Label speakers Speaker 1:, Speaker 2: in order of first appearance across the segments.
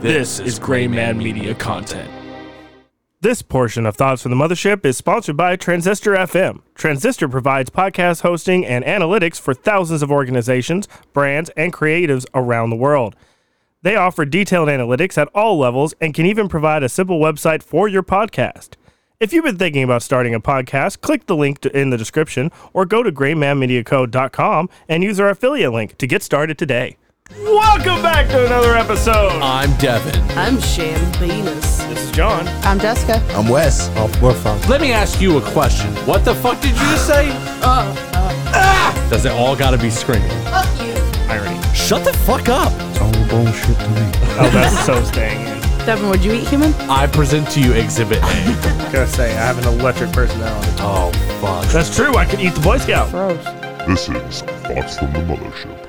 Speaker 1: This is Gray Man Media content.
Speaker 2: This portion of Thoughts from the Mothership is sponsored by Transistor FM. Transistor provides podcast hosting and analytics for thousands of organizations, brands, and creatives around the world. They offer detailed analytics at all levels and can even provide a simple website for your podcast. If you've been thinking about starting a podcast, click the link to- in the description or go to graymanmediaco.com and use our affiliate link to get started today. Welcome back to another episode.
Speaker 3: I'm Devin.
Speaker 4: I'm Sham Venus.
Speaker 2: This is John.
Speaker 4: I'm Jessica.
Speaker 5: I'm Wes. Oh, we're from.
Speaker 3: Let me ask you a question. What the fuck did you just say? Uh, ah! Does it all gotta be screaming?
Speaker 2: Irony.
Speaker 3: Shut the fuck up.
Speaker 2: Oh, that's so staying in.
Speaker 4: Devin, would you eat human?
Speaker 3: I present to you Exhibit A.
Speaker 2: Gotta say, I have an electric personality.
Speaker 3: oh, fuck.
Speaker 2: That's true. I could eat the Boy Scout.
Speaker 4: Gross.
Speaker 6: This is Thoughts from the Mothership.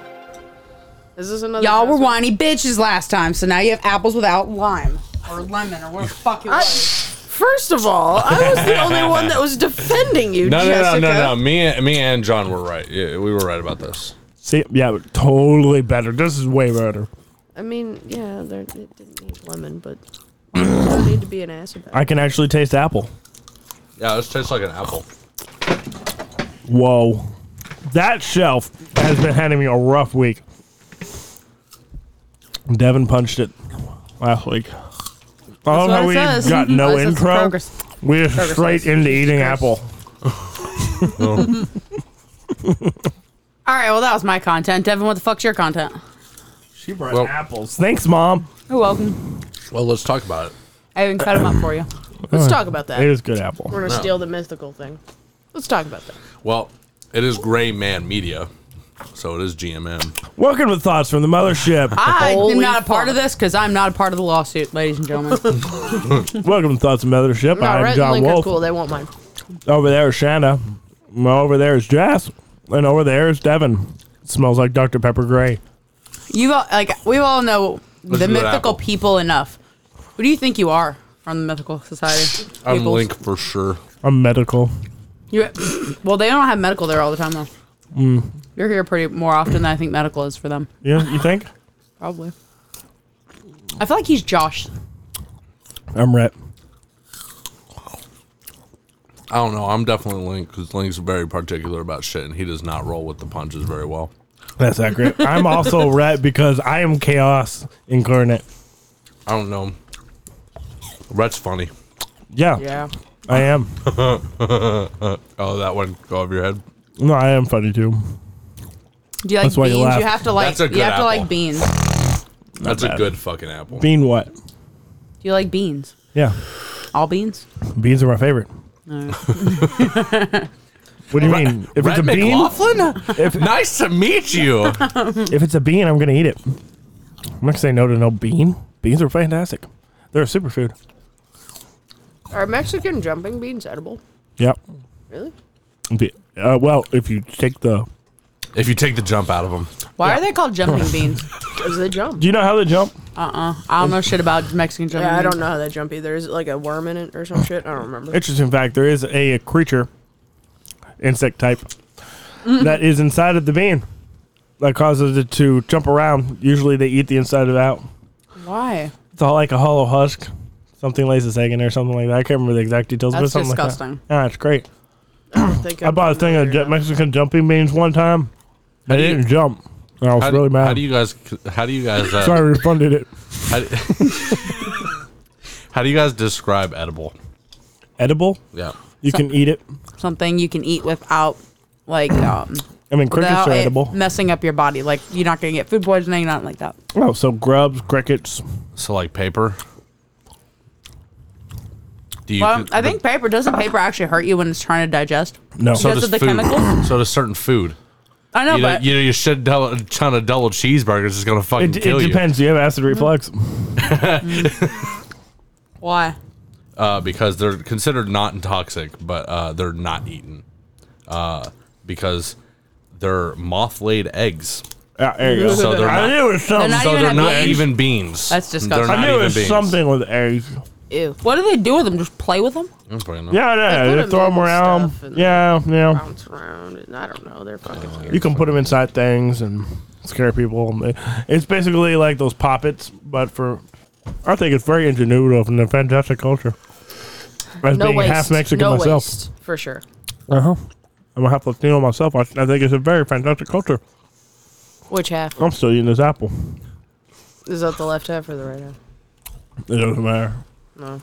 Speaker 4: Is this another?
Speaker 7: Y'all were whiny bitches last time, so now you have apples without lime or lemon or whatever the fuck it was.
Speaker 4: First of all, I was the only one that was defending you,
Speaker 3: No, no, no,
Speaker 4: Jessica.
Speaker 3: no, no. Me and, me and John were right. Yeah, we were right about this.
Speaker 2: See, yeah, totally better. This is way better.
Speaker 4: I mean, yeah, there, it didn't need lemon, but don't need to be an ass about it.
Speaker 2: I can actually taste apple.
Speaker 3: Yeah, this tastes like an apple.
Speaker 2: Whoa, that shelf has been handing me a rough week. Devin punched it last week. I love
Speaker 4: what
Speaker 2: how
Speaker 4: it
Speaker 2: we
Speaker 4: says.
Speaker 2: got
Speaker 7: Mm-hmm.
Speaker 2: no
Speaker 4: That's just
Speaker 2: intro.
Speaker 4: progress.
Speaker 2: We're straight into eating apple.
Speaker 7: All right, well that was my content. Devin, what the fuck's your content?
Speaker 2: She brought
Speaker 3: Well-
Speaker 2: apples. Thanks, mom.
Speaker 7: You're welcome.
Speaker 3: Well, let's talk about it.
Speaker 7: I even cut them up for you.
Speaker 4: Let's talk about that.
Speaker 2: It is good apple.
Speaker 4: We're gonna steal the mythical thing. Let's talk about that.
Speaker 3: Well, it is Gray Man Media, so it is GMM.
Speaker 2: Welcome to Thoughts from the Mothership.
Speaker 7: I
Speaker 4: Holy
Speaker 7: am not a part
Speaker 4: fuck.
Speaker 7: of this because I'm not a part of the lawsuit, ladies and gentlemen.
Speaker 2: Welcome to Thoughts from the Mothership.
Speaker 4: No,
Speaker 2: I'm
Speaker 4: Red and
Speaker 2: John
Speaker 4: Link are
Speaker 2: Wolf.
Speaker 4: cool. They won't mind.
Speaker 2: Over there is Shanna. Over there is Jess. And over there is Devin. smells like Dr. Pepper Gray.
Speaker 7: you all, like we all know
Speaker 3: This
Speaker 7: the
Speaker 3: is an apple.
Speaker 7: mythical people enough. Who do you think you are from the mythical society?
Speaker 3: I'm
Speaker 7: Peoples?
Speaker 3: Link for sure.
Speaker 2: I'm medical.
Speaker 7: You, well, they don't have medical there all the time though.
Speaker 3: Mm.
Speaker 7: You're here pretty more often than I think medical is for them.
Speaker 2: Yeah, you think?
Speaker 7: Probably. I feel like he's Josh.
Speaker 2: I'm Rhett.
Speaker 3: I don't know. I'm definitely Link because Link's very particular about shit, and he does not roll with the punches very well.
Speaker 2: That's accurate. I'm also Rhett because I am chaos incarnate.
Speaker 3: I don't know. Rhett's funny.
Speaker 2: Yeah,
Speaker 7: Yeah.
Speaker 2: I am.
Speaker 3: Oh, that one go over your head.
Speaker 2: No, I am funny too.
Speaker 7: Do you like
Speaker 2: That's why you
Speaker 7: beans? You,
Speaker 2: laugh.
Speaker 7: have to like.
Speaker 3: That's a good
Speaker 7: you have
Speaker 3: apple.
Speaker 7: to like beans. Do
Speaker 3: That's a
Speaker 2: bad.
Speaker 3: good fucking apple.
Speaker 2: Bean what?
Speaker 7: you like beans?
Speaker 2: Yeah,
Speaker 7: All beans?
Speaker 2: beans are my favorite. what do you mean? If
Speaker 3: Rhett
Speaker 2: it's a bean,
Speaker 3: McLaughlin? nice to meet you.
Speaker 2: if it's a bean, I'm gonna eat it. I'm not gonna say no to no bean. Beans are fantastic. They're a superfood.
Speaker 4: Are Mexican jumping beans edible?
Speaker 2: Yep.
Speaker 4: Really?
Speaker 2: The- Uh, well, if you take the,
Speaker 3: if you take the jump out of them,
Speaker 7: Why are they called jumping beans?
Speaker 4: Because they jump.
Speaker 2: do you know how they jump?
Speaker 7: I don't know shit about Mexican jumping
Speaker 4: Yeah, I
Speaker 7: beans.
Speaker 4: don't know how they jump either. Is it like a worm in it or some shit? I don't remember.
Speaker 2: Interesting fact: there is a, creature, insect type, that is inside of the bean that causes it to jump around. Usually, they eat the inside of it out.
Speaker 7: Why?
Speaker 2: It's all like a hollow husk. Something lays its egg in there, something like that. I can't remember the exact details, but
Speaker 7: That's
Speaker 2: something like
Speaker 7: disgusting.
Speaker 2: that. Yeah, it's great.
Speaker 4: I, think
Speaker 2: I
Speaker 4: I'm
Speaker 2: bought a thing of
Speaker 4: familiar
Speaker 2: ju-
Speaker 4: now.
Speaker 2: Mexican jumping beans one time. They
Speaker 3: do you-
Speaker 2: didn't jump. And I was
Speaker 3: how,
Speaker 2: really
Speaker 3: do,
Speaker 2: mad.
Speaker 3: how do you guys? How do you guys? Uh,
Speaker 2: so I refunded it.
Speaker 3: How, do, how do you guys describe edible?
Speaker 2: Edible?
Speaker 3: Yeah.
Speaker 2: You can eat it.
Speaker 7: Something you can eat without like um
Speaker 2: I mean, crickets
Speaker 7: without
Speaker 2: are
Speaker 7: it
Speaker 2: edible.
Speaker 7: messing up your body. Like you're not gonna get food poisoning, nothing like that.
Speaker 2: oh, so grubs, crickets.
Speaker 3: So like paper. Do you?
Speaker 7: Well, Um, I think paper doesn't paper actually hurt you when it's trying to digest.
Speaker 2: No.
Speaker 3: so
Speaker 7: because
Speaker 3: does
Speaker 7: of the
Speaker 3: food.
Speaker 7: chemicals?
Speaker 3: So does certain food.
Speaker 7: I know,
Speaker 3: You know,
Speaker 7: but
Speaker 3: you know, your shit double, ton of double cheeseburgers is gonna fucking
Speaker 2: it,
Speaker 3: kill
Speaker 2: it depends. You have acid reflux.
Speaker 7: why?
Speaker 3: you uh, because they're considered not toxic, but uh, they're not eaten uh, because they're moth laid eggs.
Speaker 2: Yeah, there you go.
Speaker 3: So they're
Speaker 2: I
Speaker 3: not-
Speaker 2: knew it was something.
Speaker 7: They're
Speaker 3: Oh,
Speaker 7: not
Speaker 3: so
Speaker 7: even
Speaker 3: they're
Speaker 7: have
Speaker 3: not
Speaker 7: beans.
Speaker 3: even beans.
Speaker 7: That's disgusting.
Speaker 3: They're
Speaker 2: I
Speaker 3: not
Speaker 2: knew it
Speaker 3: even
Speaker 2: was
Speaker 3: beans.
Speaker 2: something with eggs.
Speaker 4: Ew.
Speaker 7: What do they do with them? Just play with them?
Speaker 3: I don't fucking know.
Speaker 2: Yeah, yeah.
Speaker 4: put
Speaker 2: They
Speaker 4: them
Speaker 2: throw them
Speaker 4: in
Speaker 2: around.
Speaker 4: stuff and-
Speaker 2: Yeah, yeah.
Speaker 4: bounce around. and I don't know. They're fucking weird.
Speaker 2: You can put them inside things and scare people. It's basically like those poppets, but for I think it's very ingenuitive and a fantastic culture. As
Speaker 7: No
Speaker 2: being
Speaker 7: waste.
Speaker 2: half Mexican
Speaker 7: no
Speaker 2: myself,
Speaker 7: waste for sure.
Speaker 2: uh huh. I'm a half Latino myself. I, I think it's a very fantastic culture.
Speaker 7: Which half
Speaker 2: I'm still eating this apple.
Speaker 7: is that? The left half or the right half?
Speaker 2: It doesn't matter.
Speaker 7: No.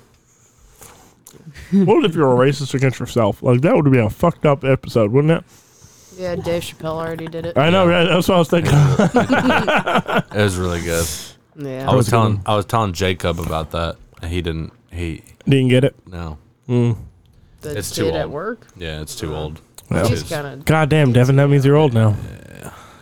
Speaker 2: what if you're a racist against yourself? Like that would be a fucked up episode, wouldn't it?
Speaker 7: Yeah, Dave Chappelle already did it.
Speaker 2: I know. Right? That's what I was thinking.
Speaker 3: It was really good.
Speaker 7: yeah.
Speaker 3: I was telling I was telling Jacob about that. and He didn't. He
Speaker 2: Didn't get it.
Speaker 3: no.
Speaker 7: the
Speaker 3: It's too
Speaker 7: kid at
Speaker 3: old.
Speaker 7: work.
Speaker 3: Yeah, it's too old.
Speaker 7: He's
Speaker 3: It's-
Speaker 7: kind of
Speaker 2: God damn, Devin. That means you're old now.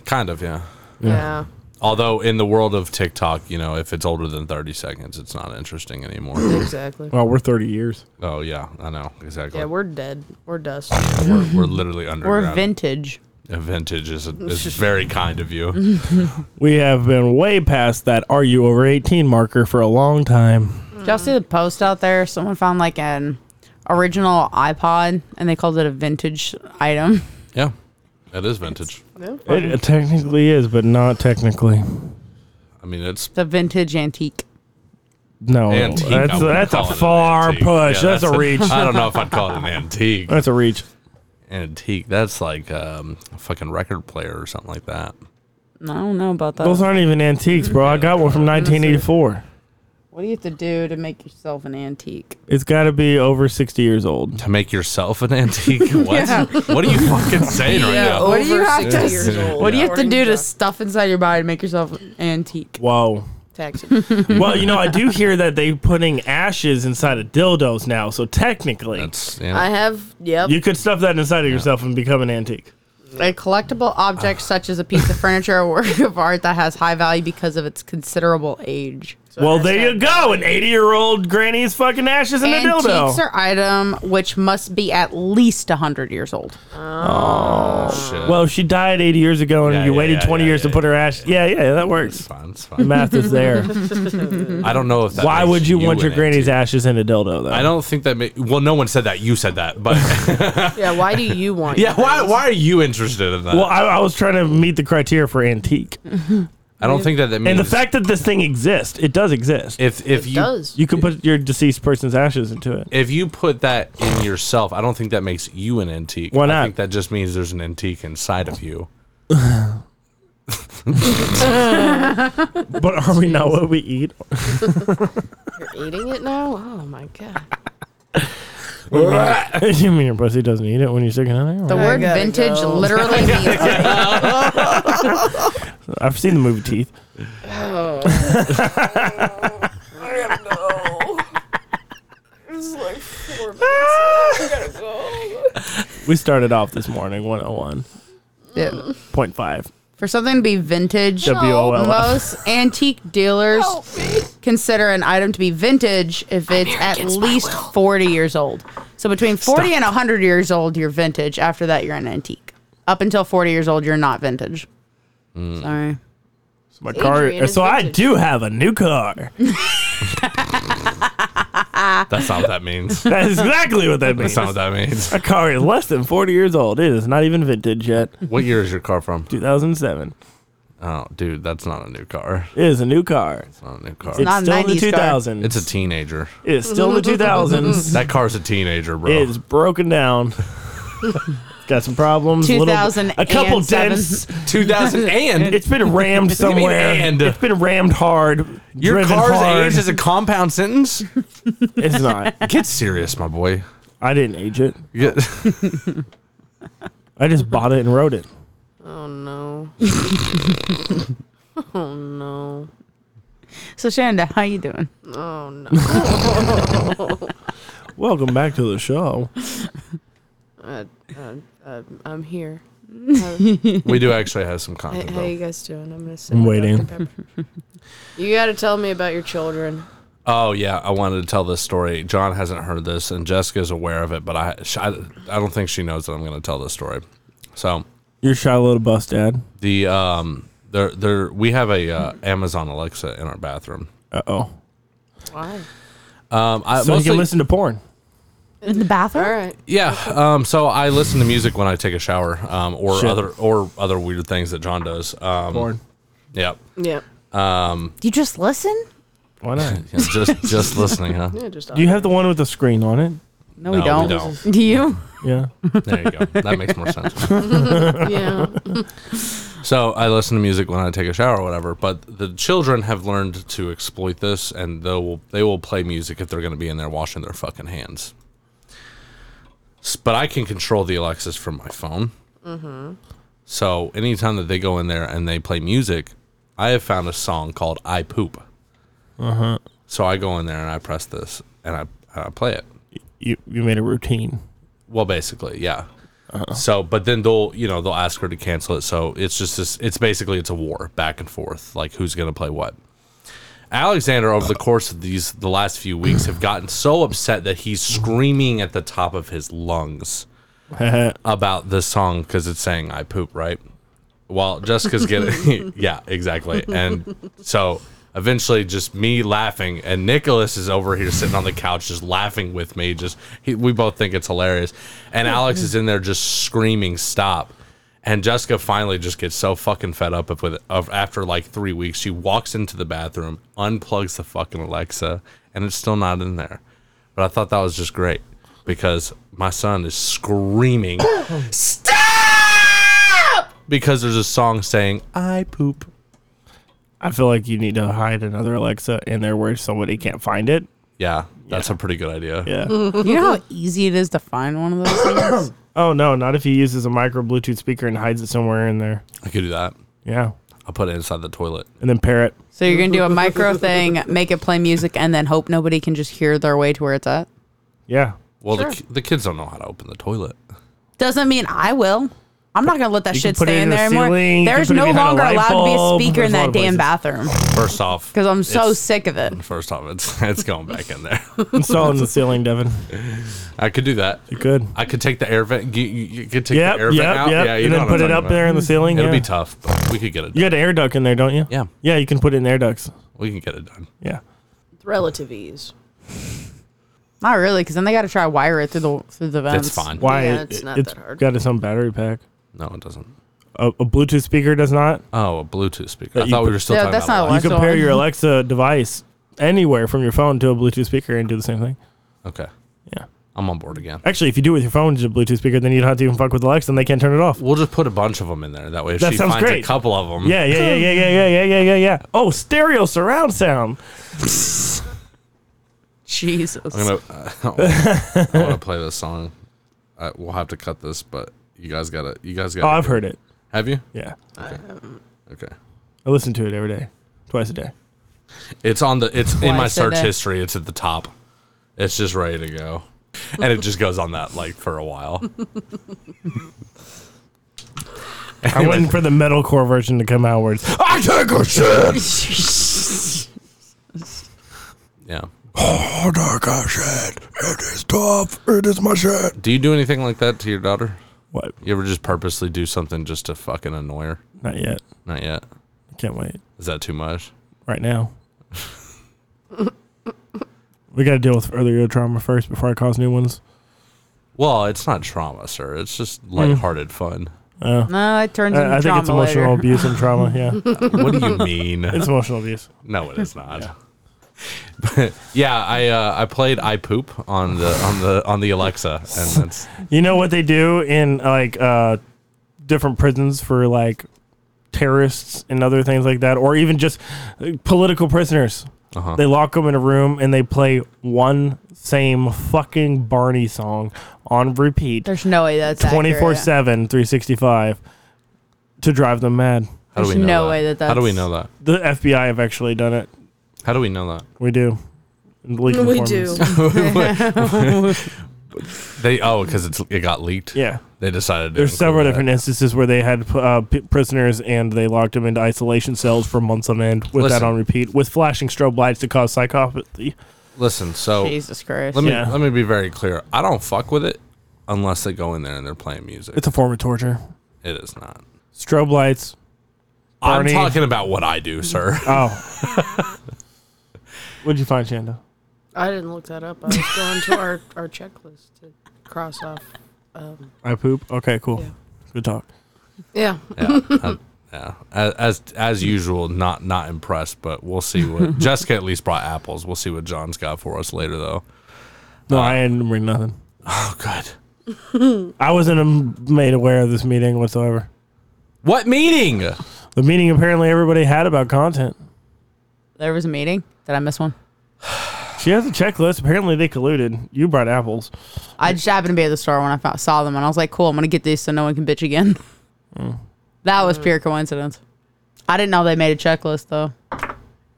Speaker 3: kind of yeah.
Speaker 7: yeah.
Speaker 3: Although in the world of TikTok, you know, if it's older than thirty seconds, it's not interesting anymore.
Speaker 7: Exactly.
Speaker 2: Well, we're 30 years.
Speaker 3: oh yeah, I know exactly.
Speaker 7: Yeah, we're dead. We're dust.
Speaker 3: we're, we're literally underground.
Speaker 7: We're vintage.
Speaker 3: Uh, vintage is is very kind of you.
Speaker 2: We have been way past that "Are you over 18" marker for a long time.
Speaker 7: Did y'all
Speaker 4: Mm.
Speaker 7: see the post out there? Someone found like an original iPod and they called it a vintage item.
Speaker 3: Yeah, that is vintage.
Speaker 2: It, it technically is, but not technically.
Speaker 3: I mean, it's
Speaker 7: It's a vintage antique.
Speaker 2: No,
Speaker 3: antique. I
Speaker 2: that's
Speaker 3: wouldn't
Speaker 2: that's a
Speaker 3: call it an
Speaker 2: far
Speaker 3: antique.
Speaker 2: push.
Speaker 3: Yeah,
Speaker 2: that's, a reach.
Speaker 3: I don't know if I'd call it an antique.
Speaker 2: that's a reach.
Speaker 3: Antique. That's like um, a fucking record player or something like that.
Speaker 7: I don't know about that.
Speaker 2: Those aren't even antiques, bro. I got one from 1984.
Speaker 7: What do you have to do to make yourself an antique?
Speaker 2: It's got to be over 60 years old.
Speaker 3: To make yourself an antique. What? What are you fucking saying right now?
Speaker 7: What do you have to-
Speaker 4: years old.
Speaker 7: What do you have to
Speaker 4: according
Speaker 7: do to stuff inside your body to make yourself an antique?
Speaker 2: Whoa.
Speaker 4: taxes?
Speaker 2: well, you know, I do hear that they putting ashes inside of dildos now. So technically,
Speaker 3: That's yeah.
Speaker 4: I have. Yep.
Speaker 2: you could stuff that inside of yourself and become an antique.
Speaker 7: A collectible object such as a piece of furniture or work of art that has high value because of its considerable age.
Speaker 2: well, there you go. An 80 year old granny's fucking ashes in a dildo.
Speaker 7: Antiques are item which must be at least 100 years old.
Speaker 3: shit.
Speaker 2: well, she died 80 years ago and
Speaker 3: Yeah,
Speaker 2: you
Speaker 3: yeah,
Speaker 2: waited
Speaker 3: yeah,
Speaker 2: 20
Speaker 3: yeah,
Speaker 2: years
Speaker 3: yeah,
Speaker 2: to put her ash. Yeah, yeah, that
Speaker 3: it's
Speaker 2: works.
Speaker 3: fine. It's
Speaker 2: The
Speaker 3: fine.
Speaker 2: math is there.
Speaker 3: I don't know if that.
Speaker 2: Why
Speaker 3: makes
Speaker 2: would you, want
Speaker 3: an
Speaker 2: your granny's
Speaker 3: antique.
Speaker 2: ashes in a dildo, though?
Speaker 3: I don't think that. Ma- well, no one said that. You said that, but
Speaker 4: Yeah. Why do you want?
Speaker 3: yeah.
Speaker 4: your
Speaker 3: Why?
Speaker 4: things?
Speaker 3: Why are you interested in that?
Speaker 2: Well, I, I was trying to meet the criteria for antique.
Speaker 3: I don't think that that means
Speaker 2: And the fact that this thing exists, it does exist.
Speaker 3: if if
Speaker 4: It
Speaker 3: you
Speaker 4: does.
Speaker 2: You can put your deceased person's ashes into it.
Speaker 3: if you put that in yourself, I don't think that makes you an antique.
Speaker 2: Why
Speaker 3: I
Speaker 2: not?
Speaker 3: think that just means there's an antique inside of you.
Speaker 2: But are we not what we eat?
Speaker 4: You're eating it now? Oh my god.
Speaker 2: you mean your pussy doesn't eat it when you stick it in
Speaker 7: The
Speaker 2: there?
Speaker 7: word vintage literally means uh,
Speaker 2: I've seen the movie Teeth. We started off this morning 101.5.
Speaker 7: Yeah. For something to be vintage,
Speaker 2: WOLF.
Speaker 7: most antique dealers consider an item to be vintage if it's
Speaker 4: Americans
Speaker 7: at
Speaker 4: by
Speaker 7: least 40 years old. So between 40 and 100 years old, you're vintage. After that, you're an antique. Up until 40 years old, you're not vintage. Sorry.
Speaker 2: So my car.
Speaker 4: Adrian is
Speaker 2: So I
Speaker 4: vintage.
Speaker 2: do have a new car.
Speaker 3: That's not what that means.
Speaker 2: That's exactly what that
Speaker 3: That's
Speaker 2: means.
Speaker 3: not what that means.
Speaker 2: A car is less than 40 years old. It is not even vintage yet.
Speaker 3: What year is your car from?
Speaker 2: 2007.
Speaker 3: Oh, dude, that's not a new car.
Speaker 2: It is a new car.
Speaker 3: It's not a new car.
Speaker 2: It's
Speaker 7: not a
Speaker 2: still in the
Speaker 7: 90s car.
Speaker 2: 2000s.
Speaker 3: It's a teenager.
Speaker 2: It is still in the 2000s.
Speaker 3: That car's a teenager, bro.
Speaker 2: It's broken down. Got some problems. a little bit- a couple
Speaker 7: 2007.
Speaker 2: dents.
Speaker 3: 2000 and
Speaker 2: It's been rammed
Speaker 3: do you mean
Speaker 2: somewhere.
Speaker 3: and? uh,
Speaker 2: It's been rammed hard.
Speaker 3: your
Speaker 2: driven
Speaker 3: car's
Speaker 2: hard.
Speaker 3: age is a compound sentence.
Speaker 2: It's not.
Speaker 3: Get serious, my boy.
Speaker 2: I didn't age it.
Speaker 3: Get-
Speaker 2: I just bought it and wrote it.
Speaker 4: Oh no. oh no.
Speaker 7: So, Shanda, how you doing?
Speaker 4: Oh no.
Speaker 2: Welcome back to the show.
Speaker 4: I, I, I, I'm here. How,
Speaker 3: we do actually have some
Speaker 4: hey,
Speaker 3: content
Speaker 4: how
Speaker 3: though.
Speaker 4: you guys doing? I'm gonna sit.
Speaker 2: I'm waiting.
Speaker 4: You gotta tell me about your children.
Speaker 3: Oh yeah, I wanted to tell this story. John hasn't heard this, and Jessica's aware of it, but I sh- I, I don't think she knows that I'm going to tell this story. So
Speaker 2: You're Shiloh little bus dad.
Speaker 3: the um there there we have a uh, Amazon Alexa in our bathroom.
Speaker 2: Uh oh.
Speaker 4: Why?
Speaker 3: Um, I
Speaker 2: So you
Speaker 3: mostly-
Speaker 2: can listen to porn.
Speaker 7: In the bathroom?
Speaker 4: All right.
Speaker 3: Yeah. Um, so I listen to music when I take a shower, um, or
Speaker 2: Shit.
Speaker 3: other or other weird things that John does. Um,
Speaker 2: Porn.
Speaker 3: Yep.
Speaker 4: Yep.
Speaker 7: You just listen?
Speaker 2: Why not?
Speaker 8: Yeah, just just listening, huh?
Speaker 4: Yeah, just
Speaker 2: Do you have the one with the screen on it?
Speaker 7: No,
Speaker 8: No,
Speaker 7: we
Speaker 8: we
Speaker 7: don't.
Speaker 8: don't.
Speaker 7: Do you?
Speaker 2: Yeah.
Speaker 8: There you go. That makes more sense.
Speaker 4: yeah.
Speaker 8: So I listen to music when I take a shower or whatever, but the children have learned to exploit this and they will they will play music if they're going to be in there washing their fucking hands. S- But I can control the Alexis from my phone. So anytime that they go in there and they play music, I have found a song called I Poop. Uh-huh. So I go in there and I press this and I, and I play it.
Speaker 2: You you made a routine.
Speaker 8: Well, basically, yeah. So, but then they'll, you know, they'll ask her to cancel it. So it's just this. It's basically it's a war back and forth, like who's going to play what. Alexander, over the course of these the last few weeks, have gotten so upset that he's screaming at the top of his lungs about this song because it's saying "I poop," right? Well, Jessica's getting yeah, exactly, and so eventually, just me laughing, and Nicholas is over here sitting on the couch, just laughing with me. Just he, we both think it's hilarious, and Alex is in there just screaming "Stop!" And Jessica finally just gets so fucking fed up of with of after like three weeks, she walks into the bathroom, unplugs the fucking Alexa, and it's still not in there. But I thought that was just great because my son is screaming stop because there's a song saying I poop.
Speaker 2: I feel like you need to hide another Alexa in there where somebody can't find it.
Speaker 8: Yeah, that's a pretty good idea.
Speaker 2: Yeah.
Speaker 7: You know how easy it is to find one of those things?
Speaker 2: oh no, not if he uses a micro Bluetooth speaker and hides it somewhere in there.
Speaker 8: I could do that.
Speaker 2: Yeah.
Speaker 8: I'll put it inside the toilet.
Speaker 2: And then parrot.
Speaker 7: so you're gonna do a micro thing, make it play music, and then hope nobody can just hear their way to where it's at.
Speaker 2: Yeah.
Speaker 8: Well,
Speaker 4: Sure.
Speaker 8: the, ki- the kids don't know how to open the toilet.
Speaker 7: Doesn't mean I will. I'm not gonna let that
Speaker 2: You can
Speaker 7: shit
Speaker 2: put it
Speaker 7: stay
Speaker 2: in
Speaker 7: in
Speaker 2: the
Speaker 7: there anymore.
Speaker 2: ceiling, you can
Speaker 7: There's
Speaker 2: put it
Speaker 7: no
Speaker 2: behind a
Speaker 7: longer
Speaker 2: light
Speaker 7: allowed to
Speaker 2: bulb.
Speaker 7: be a speaker in
Speaker 2: There's a lot
Speaker 7: that
Speaker 2: of
Speaker 7: damn
Speaker 2: places.
Speaker 7: bathroom
Speaker 8: First off,
Speaker 7: because I'm so
Speaker 8: it's-
Speaker 7: sick of it.
Speaker 8: First off, it's it's going back in there.
Speaker 2: Install it in the ceiling, Devin.
Speaker 8: I could do that.
Speaker 2: You could.
Speaker 8: I could take the air vent. You, you, you could take
Speaker 2: Yep,
Speaker 8: the air
Speaker 2: yep,
Speaker 8: vent out.
Speaker 2: yep.
Speaker 8: Yeah, you
Speaker 2: and
Speaker 8: know
Speaker 2: then
Speaker 8: what I'm
Speaker 2: put it
Speaker 8: talking
Speaker 2: up
Speaker 8: about.
Speaker 2: there in the ceiling.
Speaker 8: It'll
Speaker 2: yeah.
Speaker 8: be tough, but we could get it.
Speaker 2: Hmm. You
Speaker 8: Done.
Speaker 2: got an air duct in there, don't you?
Speaker 8: Yeah.
Speaker 2: Yeah, you can put it in air ducts.
Speaker 8: We can get it done.
Speaker 2: Yeah.
Speaker 4: It's Relative ease.
Speaker 7: Not really, because then they got to try to wire it through the through the vents.
Speaker 8: That's fine.
Speaker 2: Why?
Speaker 4: Yeah, it's not that hard.
Speaker 2: Got its own battery pack.
Speaker 8: No, it doesn't.
Speaker 2: A, a Bluetooth speaker does not.
Speaker 8: Oh, a Bluetooth speaker.
Speaker 2: That
Speaker 8: I
Speaker 2: you
Speaker 8: thought we
Speaker 2: put-
Speaker 8: were still
Speaker 7: Yeah,
Speaker 8: talking
Speaker 7: that's
Speaker 8: about.
Speaker 7: not
Speaker 8: Alexa.
Speaker 2: You
Speaker 7: Alexa
Speaker 2: can pair
Speaker 7: on.
Speaker 2: your Alexa device anywhere from your phone to a Bluetooth speaker and do the same thing.
Speaker 8: Okay,
Speaker 2: Yeah.
Speaker 8: I'm on board again.
Speaker 2: Actually, if you do it with your phone to a Bluetooth speaker, then you don't have to even fuck with Alexa, and they can't turn it off.
Speaker 8: We'll just put a bunch of them in there. That way, if
Speaker 2: That
Speaker 8: she
Speaker 2: sounds
Speaker 8: finds
Speaker 2: great.
Speaker 8: a couple of them,
Speaker 2: Yeah, yeah, yeah, yeah, yeah, yeah, yeah, yeah, yeah, yeah. Oh, stereo surround sound.
Speaker 7: Jesus.
Speaker 8: I'm gonna. I want to play this song. Uh, we'll have to cut this, but you guys gotta. You guys
Speaker 2: Oh,
Speaker 8: gotta.
Speaker 2: I've heard it.
Speaker 8: Have you?
Speaker 2: Yeah,
Speaker 8: Okay.
Speaker 2: I listen to it every day, twice a day.
Speaker 8: It's on the. It's in my
Speaker 7: Twice a
Speaker 8: search
Speaker 7: day.
Speaker 8: history. It's at the top. It's just ready to go, and it just goes on that like for a while.
Speaker 2: I'm waiting for the metalcore version to come out where it's
Speaker 8: I take a shit. Yeah.
Speaker 3: I take a shit. It is tough. It is my shit.
Speaker 8: Do you do anything like that to your daughter?
Speaker 2: what?
Speaker 8: You ever just purposely do something just to fucking annoy her?
Speaker 2: Not yet.
Speaker 8: Not yet.
Speaker 2: Can't wait.
Speaker 8: Is that too much?
Speaker 2: Right now, we got to deal with earlier trauma first before I cause new ones.
Speaker 8: Well, it's not trauma, sir. It's just
Speaker 2: Mm.
Speaker 8: lighthearted fun.
Speaker 7: No, it turns into
Speaker 2: I, I think
Speaker 7: trauma
Speaker 2: it's emotional
Speaker 7: later.
Speaker 2: abuse and trauma. Yeah,
Speaker 8: What do you mean?
Speaker 2: it's emotional abuse.
Speaker 8: No, it is not. Yeah, I uh, I played I poop on the on the on the Alexa, and it's
Speaker 2: You know what they do in like uh, different prisons for like terrorists and other things like that, or even just uh, political prisoners.
Speaker 8: Uh-huh.
Speaker 2: They lock them in a room and they play one same fucking Barney song on repeat,
Speaker 7: There's no way that's
Speaker 2: 24
Speaker 7: accurate.
Speaker 2: 7, 365, to drive them mad.
Speaker 8: how do we
Speaker 7: There's
Speaker 8: know
Speaker 7: no
Speaker 8: that?
Speaker 7: way that
Speaker 8: how do we
Speaker 7: that's-
Speaker 8: know that?
Speaker 2: The FBI have actually done it.
Speaker 8: How do we know that?
Speaker 2: We do. Leaked
Speaker 4: We do.
Speaker 2: informants.
Speaker 8: They oh because it's it got leaked.
Speaker 2: Yeah.
Speaker 8: they decided. to
Speaker 2: There's
Speaker 8: include
Speaker 2: several
Speaker 8: that.
Speaker 2: different instances where they had uh, p- prisoners and they locked them into isolation cells for months on end with
Speaker 8: Listen.
Speaker 2: that on repeat, with flashing strobe lights to cause psychopathy.
Speaker 8: Listen, so
Speaker 7: Jesus Christ.
Speaker 8: let me
Speaker 2: Yeah.
Speaker 8: let me be very clear. I don't fuck with it unless they go in there and they're playing music.
Speaker 2: It's a form of torture.
Speaker 8: it is not.
Speaker 2: Strobe lights. Barney.
Speaker 8: I'm talking about what I do, sir.
Speaker 2: Oh. What'd you find, Shanda?
Speaker 4: I didn't look that up. I was going to our, our checklist to cross off. Um,
Speaker 2: I poop. Okay, cool.
Speaker 4: Yeah.
Speaker 2: Good talk.
Speaker 4: yeah.
Speaker 8: yeah, that,
Speaker 3: Yeah, as, as as usual, not not impressed, but we'll see what Jessica at least brought apples. We'll see what John's got for us later, though.
Speaker 2: No,
Speaker 8: Uh,
Speaker 2: I didn't bring nothing.
Speaker 3: Oh, good.
Speaker 2: I wasn't um, made aware of this meeting whatsoever.
Speaker 3: What meeting?
Speaker 2: The meeting apparently everybody had about content.
Speaker 7: There was a meeting. Did I miss one?
Speaker 2: She has a checklist. Apparently they colluded. You brought apples.
Speaker 7: I just happened to be at the store when I found, saw them, and I was like, "Cool, I'm gonna get these so no one can bitch again."
Speaker 2: Mm.
Speaker 7: That was pure coincidence. I didn't know they made a checklist though.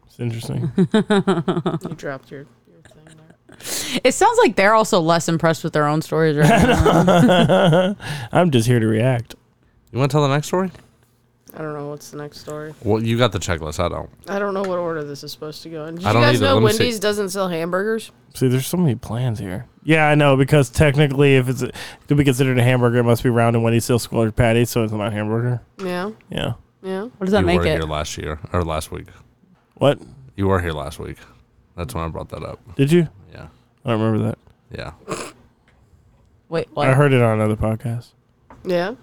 Speaker 2: It's interesting.
Speaker 4: You dropped your, your thing there.
Speaker 7: It sounds like they're also less impressed with their own stories right now.
Speaker 2: I'm just here to react.
Speaker 3: You want to tell the next story?
Speaker 4: I don't know what's the next story.
Speaker 3: Well, you got the checklist. I don't.
Speaker 4: I don't know what order this is supposed to go in. Did
Speaker 3: I
Speaker 4: you
Speaker 3: don't
Speaker 4: guys
Speaker 3: either.
Speaker 4: know
Speaker 3: Let me see.
Speaker 4: Wendy's doesn't sell hamburgers?
Speaker 2: See, there's so many plans here. Yeah, I know because technically, if it's to be considered a hamburger, it must be round and Wendy's still squared patty, so it's not a hamburger.
Speaker 4: Yeah.
Speaker 2: Yeah.
Speaker 4: Yeah.
Speaker 7: What does that
Speaker 3: you
Speaker 7: make
Speaker 3: were
Speaker 7: it?
Speaker 3: here last year or last week.
Speaker 2: What
Speaker 3: You were here last week. That's when I brought that up.
Speaker 2: did you?
Speaker 3: Yeah,
Speaker 2: I don't remember that.
Speaker 3: yeah.
Speaker 7: Wait,
Speaker 2: I
Speaker 7: what?
Speaker 2: heard it on another podcast.
Speaker 4: Yeah.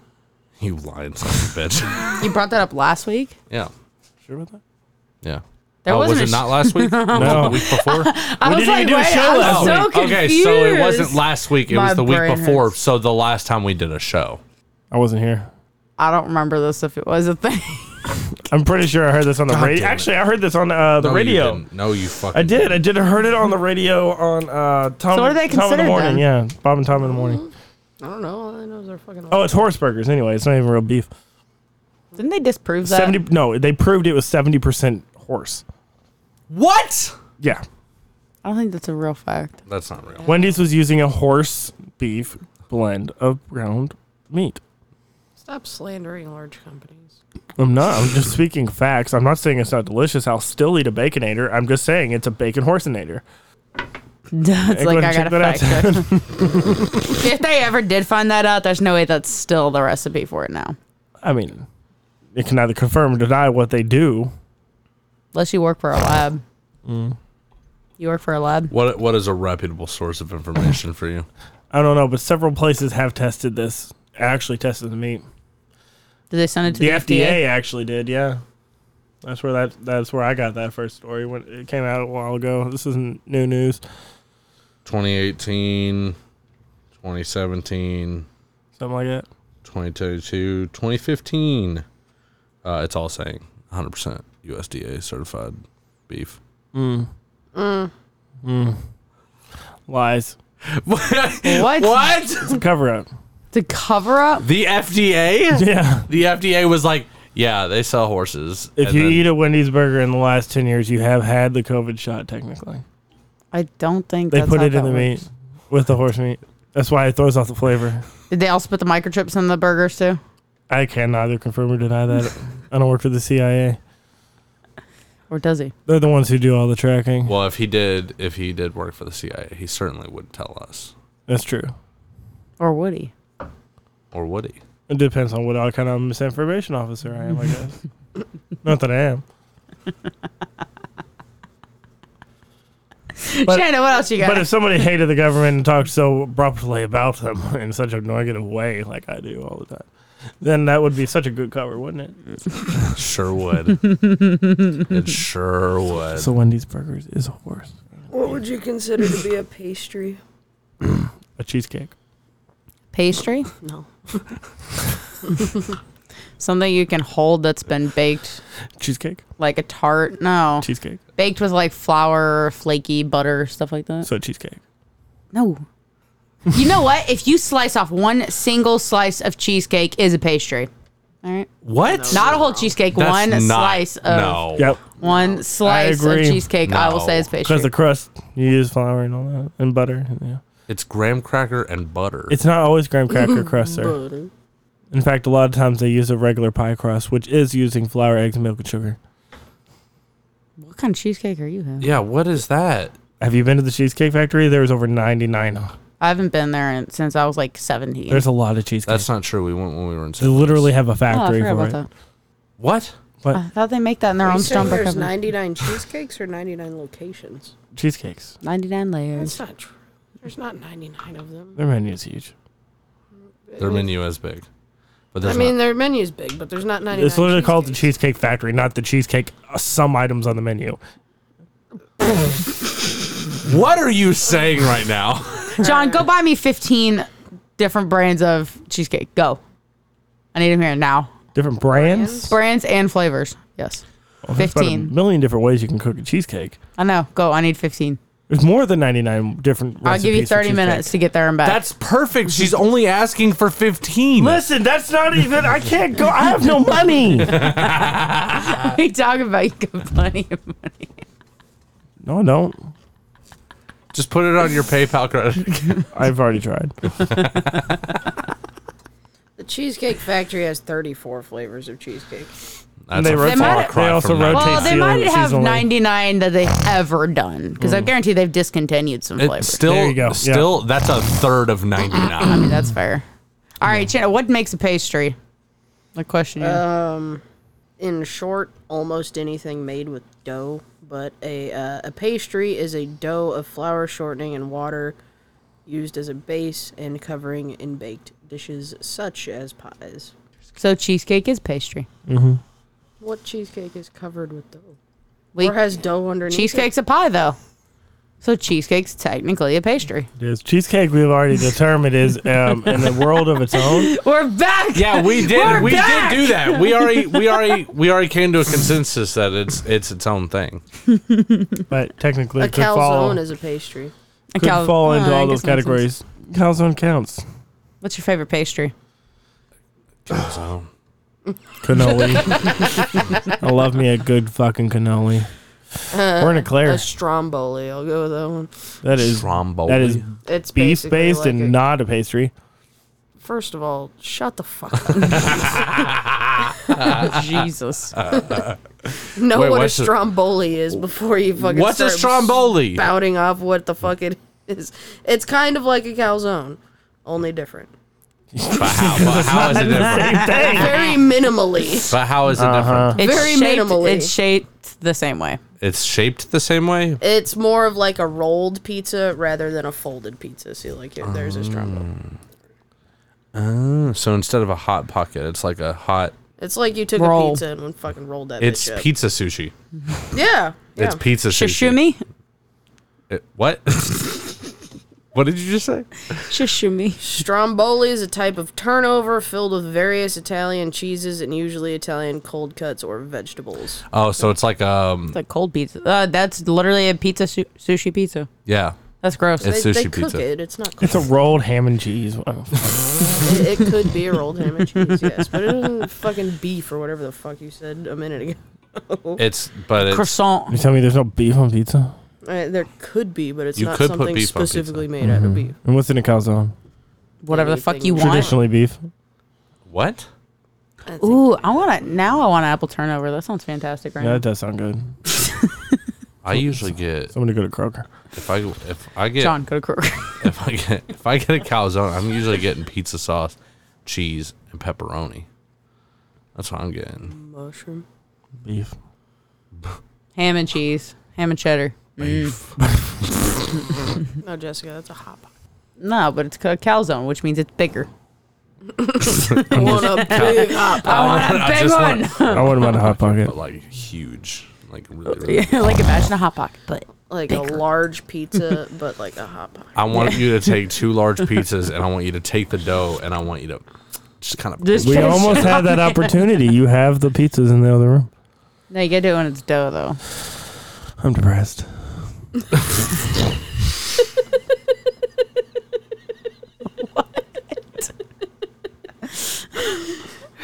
Speaker 3: You lying son of a bitch.
Speaker 7: you brought that up last week.
Speaker 3: Yeah,
Speaker 2: Sure about that?
Speaker 3: yeah.
Speaker 7: There
Speaker 3: oh, was
Speaker 7: wasn't a
Speaker 3: it
Speaker 7: sh-
Speaker 3: not last week? no,
Speaker 2: No.
Speaker 3: the week before.
Speaker 7: I
Speaker 2: We
Speaker 7: was
Speaker 2: didn't
Speaker 7: like,
Speaker 2: even do a
Speaker 7: wait,
Speaker 2: show
Speaker 7: I was
Speaker 2: last
Speaker 7: so
Speaker 3: week. okay, so it wasn't
Speaker 7: confused.
Speaker 3: last week. It
Speaker 7: My
Speaker 3: was the week
Speaker 7: brain
Speaker 3: before.
Speaker 7: hurts.
Speaker 3: So the last time we did a show.
Speaker 2: I wasn't here.
Speaker 7: I don't remember this if it was a thing.
Speaker 2: I'm pretty sure I heard this on the
Speaker 3: God
Speaker 2: radio.
Speaker 3: damn it.
Speaker 2: Actually, I heard this on uh, the
Speaker 3: No, you
Speaker 2: radio.
Speaker 3: didn't. No, you fucking.
Speaker 2: I did. I did. I heard it on the radio on uh, Tom.
Speaker 7: So what are they Mm-hmm.
Speaker 2: Tom in the
Speaker 7: considered
Speaker 2: morning. Yeah, Bob and Tom in the morning.
Speaker 4: I don't know. All I know is they're fucking.
Speaker 2: Oh, it's horse burgers. Anyway, it's not even real beef.
Speaker 7: Didn't they disprove that?
Speaker 2: Seventy. No, they proved it was seventy percent horse.
Speaker 3: What?
Speaker 2: Yeah.
Speaker 7: I don't think that's a real fact.
Speaker 3: That's not real.
Speaker 2: Wendy's was using a horse beef blend of ground meat.
Speaker 4: Stop slandering large companies.
Speaker 2: I'm not. I'm just speaking facts. I'm not saying it's not delicious. I'll still eat a baconator. I'm just saying it's a bacon horseinator.
Speaker 7: That's
Speaker 2: Hey, go
Speaker 7: like
Speaker 2: ahead
Speaker 7: I
Speaker 2: and
Speaker 7: got
Speaker 2: check
Speaker 7: to fact
Speaker 2: that
Speaker 7: check. if they ever did find that out, there's no way that's still the recipe for it now,
Speaker 2: I mean, it can either confirm or deny what they do.
Speaker 7: unless you work for a lab.
Speaker 2: Mm.
Speaker 7: You work for a lab.
Speaker 3: What What is a reputable source of information for you?
Speaker 2: I don't know, but several places have tested this. Actually, tested the meat.
Speaker 7: Did they send it to
Speaker 2: The
Speaker 7: the,
Speaker 2: FDA, actually did. Yeah, that's where that that's where I got that first story when it came out a while ago. This isn't new news.
Speaker 3: 2018, 2017,
Speaker 2: Something like that.
Speaker 3: 2022, 2015. Uh, it's all saying 100% USDA certified beef.
Speaker 2: Lies.
Speaker 3: what?
Speaker 2: It's a cover up.
Speaker 7: To cover up.
Speaker 3: The FDA?
Speaker 2: Yeah.
Speaker 3: The FDA was like, yeah, they sell horses.
Speaker 2: If
Speaker 3: And
Speaker 2: you
Speaker 3: then-
Speaker 2: eat a Wendy's burger in the last 10 years, you have had the COVID shot, technically.
Speaker 7: I don't think
Speaker 2: They
Speaker 7: that's
Speaker 2: put
Speaker 7: how
Speaker 2: it in
Speaker 7: that
Speaker 2: the
Speaker 7: works.
Speaker 2: meat with the horse meat. That's why it throws off the flavor.
Speaker 7: Did they also put the microchips in the burgers too?
Speaker 2: I can neither confirm or deny that. I don't work for the CIA.
Speaker 7: Or does he?
Speaker 2: They're the ones who do all the tracking.
Speaker 3: Well, if he did, if he did work for the CIA, he certainly would tell us,
Speaker 2: That's true.
Speaker 7: Or would he?
Speaker 3: or would he?
Speaker 2: It depends on what all kind of misinformation officer I am, I guess. Not that I am. But-
Speaker 7: Shannon, what else you got?
Speaker 2: But if somebody hated the government and talked so abruptly about them in such a negative way, like I do all the time, then that would be such a good cover, wouldn't it?
Speaker 3: Sure would. it sure would.
Speaker 2: So Wendy's burgers is a horse.
Speaker 5: What would you consider to be a pastry?
Speaker 2: A cheesecake.
Speaker 7: Pastry?
Speaker 4: No.
Speaker 7: Something you can hold that's been baked
Speaker 2: Cheesecake.
Speaker 7: like a tart? No.
Speaker 2: Cheesecake.
Speaker 7: Baked with like flour, flaky butter, stuff like that?
Speaker 2: So cheesecake.
Speaker 7: No. you know what? If you slice off one single slice of cheesecake is a pastry. All right.
Speaker 3: what?
Speaker 7: Not a whole cheesecake,
Speaker 3: That's
Speaker 7: one
Speaker 3: not-
Speaker 7: slice of
Speaker 3: no.
Speaker 2: Yep.
Speaker 7: one slice of
Speaker 2: agree.
Speaker 7: cheesecake I will say is
Speaker 3: No.
Speaker 7: pastry.
Speaker 2: Because the crust, you use flour and all that, and butter. and Yeah.
Speaker 3: It's graham cracker and butter.
Speaker 2: It's not always graham cracker crust, sir. In fact, a lot of times they use a regular pie crust, which is using flour, eggs, milk, and sugar.
Speaker 7: what kind of cheesecake are you having?
Speaker 3: yeah. What is that?
Speaker 2: Have you been to the Cheesecake Factory? There's over 99.
Speaker 7: I haven't been there in, since I was like 17.
Speaker 2: There's a lot of cheesecake.
Speaker 3: That's not true. We went when we were in.
Speaker 2: they
Speaker 3: San Luis.
Speaker 2: literally have a
Speaker 7: oh, I
Speaker 2: factory
Speaker 7: forgot
Speaker 2: for
Speaker 7: about
Speaker 2: it.
Speaker 7: that.
Speaker 3: What?
Speaker 7: I thought they make that in their
Speaker 4: Are you
Speaker 7: own
Speaker 4: saying
Speaker 7: stone brick
Speaker 4: there's
Speaker 7: oven.
Speaker 4: 99 cheesecakes or 99 locations?
Speaker 2: Cheesecakes.
Speaker 7: 99
Speaker 4: That's
Speaker 7: layers.
Speaker 4: not true. There's not 99 of them.
Speaker 2: Their menu's huge.
Speaker 3: Their menu is big. But
Speaker 4: I
Speaker 3: there's
Speaker 4: mean,
Speaker 3: not-
Speaker 4: their menu's big, but there's not 99.
Speaker 2: It's literally called the
Speaker 4: cheesecakes.
Speaker 2: Cheesecake Factory, not the cheesecake. Uh, some items on the menu.
Speaker 3: what are you saying right now?
Speaker 7: John, go buy me 15 different brands of cheesecake. Go. I need them here now.
Speaker 2: Different brands.
Speaker 7: Brands and flavors. Yes.
Speaker 2: There's Oh, about
Speaker 7: 15.
Speaker 2: a million different ways you can cook a cheesecake.
Speaker 7: I know. Go. I need 15.
Speaker 2: There's more than 99 different.
Speaker 7: I'll give you
Speaker 2: recipes for
Speaker 7: 30
Speaker 2: cheesecake.
Speaker 7: minutes to get there and back.
Speaker 3: That's perfect. She's only asking for 15.
Speaker 2: Listen, that's not even. I can't go. I have no money.
Speaker 7: what are you talking about? You got plenty of money.
Speaker 2: no, I don't.
Speaker 3: Just put it on your PayPal credit.
Speaker 2: I've already tried.
Speaker 4: The Cheesecake Factory has 34 flavors of cheesecake.
Speaker 3: That's
Speaker 2: They
Speaker 3: a
Speaker 2: wrote-
Speaker 7: They might-
Speaker 3: far cry
Speaker 2: they also
Speaker 3: from
Speaker 2: wrote-
Speaker 3: that.
Speaker 7: Well,
Speaker 2: tastes
Speaker 7: they might
Speaker 2: seasonal-
Speaker 7: have
Speaker 2: seasonally. Mm.
Speaker 7: 99 that they've ever done because I guarantee they've discontinued some
Speaker 3: It's
Speaker 7: flavors.
Speaker 3: still,
Speaker 2: There you go. Yeah.
Speaker 3: still, that's a third of 99.
Speaker 7: That's fair. All right, Chana, what makes a pastry? The question. you-
Speaker 4: In short, almost anything made with dough, but a, uh, a pastry is a dough of flour shortening and water used as a base and covering in baked dishes such as pies.
Speaker 7: so cheesecake is pastry.
Speaker 4: What cheesecake is covered with dough?
Speaker 7: We,
Speaker 4: or has dough underneath it?
Speaker 7: cheesecake's a pie though, so cheesecake's technically a pastry.
Speaker 2: It is cheesecake. We've already determined is um, in a world of its own.
Speaker 7: We're back.
Speaker 3: Yeah, we did.
Speaker 7: We're
Speaker 3: we
Speaker 7: back!
Speaker 3: did do that. We already, we already, we already came to a consensus that it's it's its own thing.
Speaker 2: But technically,
Speaker 4: A
Speaker 2: it could
Speaker 4: calzone
Speaker 2: fall,
Speaker 4: is a pastry.
Speaker 7: A
Speaker 2: could
Speaker 7: cal-
Speaker 2: fall
Speaker 7: Oh,
Speaker 2: into
Speaker 7: I
Speaker 2: all those
Speaker 7: guess that makes sense.
Speaker 2: categories. Calzone counts.
Speaker 7: What's your favorite pastry?
Speaker 3: So,
Speaker 2: Cannoli. I love me a good fucking cannoli.
Speaker 7: Uh,
Speaker 2: We're in a
Speaker 4: A
Speaker 2: Claire.
Speaker 4: stromboli. I'll go with that one.
Speaker 2: That is
Speaker 3: Stromboli.
Speaker 2: that is
Speaker 4: It's
Speaker 2: beef
Speaker 4: basically
Speaker 2: based
Speaker 4: like
Speaker 2: and
Speaker 4: a-
Speaker 2: not a pastry.
Speaker 4: First of all, shut the fuck up.
Speaker 7: Uh, Jesus.
Speaker 4: know
Speaker 3: Wait,
Speaker 4: what a
Speaker 3: what's a-
Speaker 4: stromboli is before you fucking
Speaker 3: What's a
Speaker 4: start
Speaker 3: stromboli?
Speaker 4: spouting off what the fuck it is. It's kind of like a calzone, only different.
Speaker 3: but how, but how is it different?
Speaker 4: Very minimally.
Speaker 3: But how is it different?
Speaker 7: It's
Speaker 4: Very
Speaker 7: shaped,
Speaker 4: minimally.
Speaker 7: It's shaped the same way.
Speaker 3: It's shaped the same way.
Speaker 4: It's more of like a rolled pizza rather than a folded pizza. See, like here, there's a
Speaker 3: Um,
Speaker 4: stromboli.
Speaker 3: So instead of a hot pocket, it's like a hot.
Speaker 4: It's like you took a
Speaker 7: Roll.
Speaker 4: pizza and fucking rolled that.
Speaker 3: It's
Speaker 4: bitch up.
Speaker 3: pizza sushi.
Speaker 4: Yeah, yeah.
Speaker 3: It's pizza sushi.
Speaker 7: Shishumi.
Speaker 3: It- what? what did you just say?
Speaker 7: Shishumi.
Speaker 4: Stromboli is a type of turnover filled with various Italian cheeses and usually Italian cold cuts or vegetables.
Speaker 3: Oh, so it's like um,
Speaker 7: It's like cold pizza. Uh, that's literally a pizza su- sushi pizza.
Speaker 3: yeah.
Speaker 7: That's gross.
Speaker 3: It's-
Speaker 4: they,
Speaker 3: sushi
Speaker 4: they cook
Speaker 3: pizza.
Speaker 4: it. It's not.
Speaker 2: It's a
Speaker 4: cooked.
Speaker 2: rolled ham and cheese. Wow.
Speaker 4: It, it could be a rolled ham and cheese, yes, but it isn't fucking beef or whatever the fuck you said a minute ago.
Speaker 3: It's but it's
Speaker 2: You
Speaker 7: Croissant.
Speaker 2: tell me there's no beef on pizza?
Speaker 4: Uh, there could be, but it's
Speaker 3: You
Speaker 4: not
Speaker 3: could put
Speaker 4: something
Speaker 3: beef on pizza.
Speaker 4: specifically made out
Speaker 2: Mm-hmm.
Speaker 4: of beef.
Speaker 2: And what's in a calzone?
Speaker 7: Whatever the fuck
Speaker 4: anything
Speaker 7: you want.
Speaker 2: Traditionally beef.
Speaker 3: what?
Speaker 7: Ooh, I want to now. I want apple turnover. That sounds fantastic, right?
Speaker 2: Yeah,
Speaker 7: now.
Speaker 2: that does sound good. So
Speaker 3: I usually get
Speaker 2: I'm gonna go to Kroger.
Speaker 3: if I if I get
Speaker 7: John, go to Kroger.
Speaker 3: if I get if I get a calzone, I'm usually getting pizza sauce, cheese, and pepperoni. That's what I'm getting.
Speaker 4: Mushroom.
Speaker 2: Beef.
Speaker 7: Ham and cheese. Ham and cheddar.
Speaker 4: No, Jessica, that's a hot pot.
Speaker 7: No, but it's a calzone, which means it's bigger.
Speaker 4: want a big hot pot.
Speaker 7: Oh, I want a
Speaker 3: I
Speaker 7: big
Speaker 3: just
Speaker 7: one.
Speaker 3: want-
Speaker 2: I wouldn't mind a hot pocket.
Speaker 3: but like huge, like really. really big.
Speaker 7: Yeah, like imagine a hot pocket, but
Speaker 4: Like a large pizza, but like a hot pot.
Speaker 3: I want you to take two large pizzas, and I want you to take the dough, and I want you to just kind of.
Speaker 7: this.
Speaker 2: We almost had that opportunity. You have the pizzas in the other room.
Speaker 7: No, you gotta do it when it's dough, though.
Speaker 2: I'm depressed.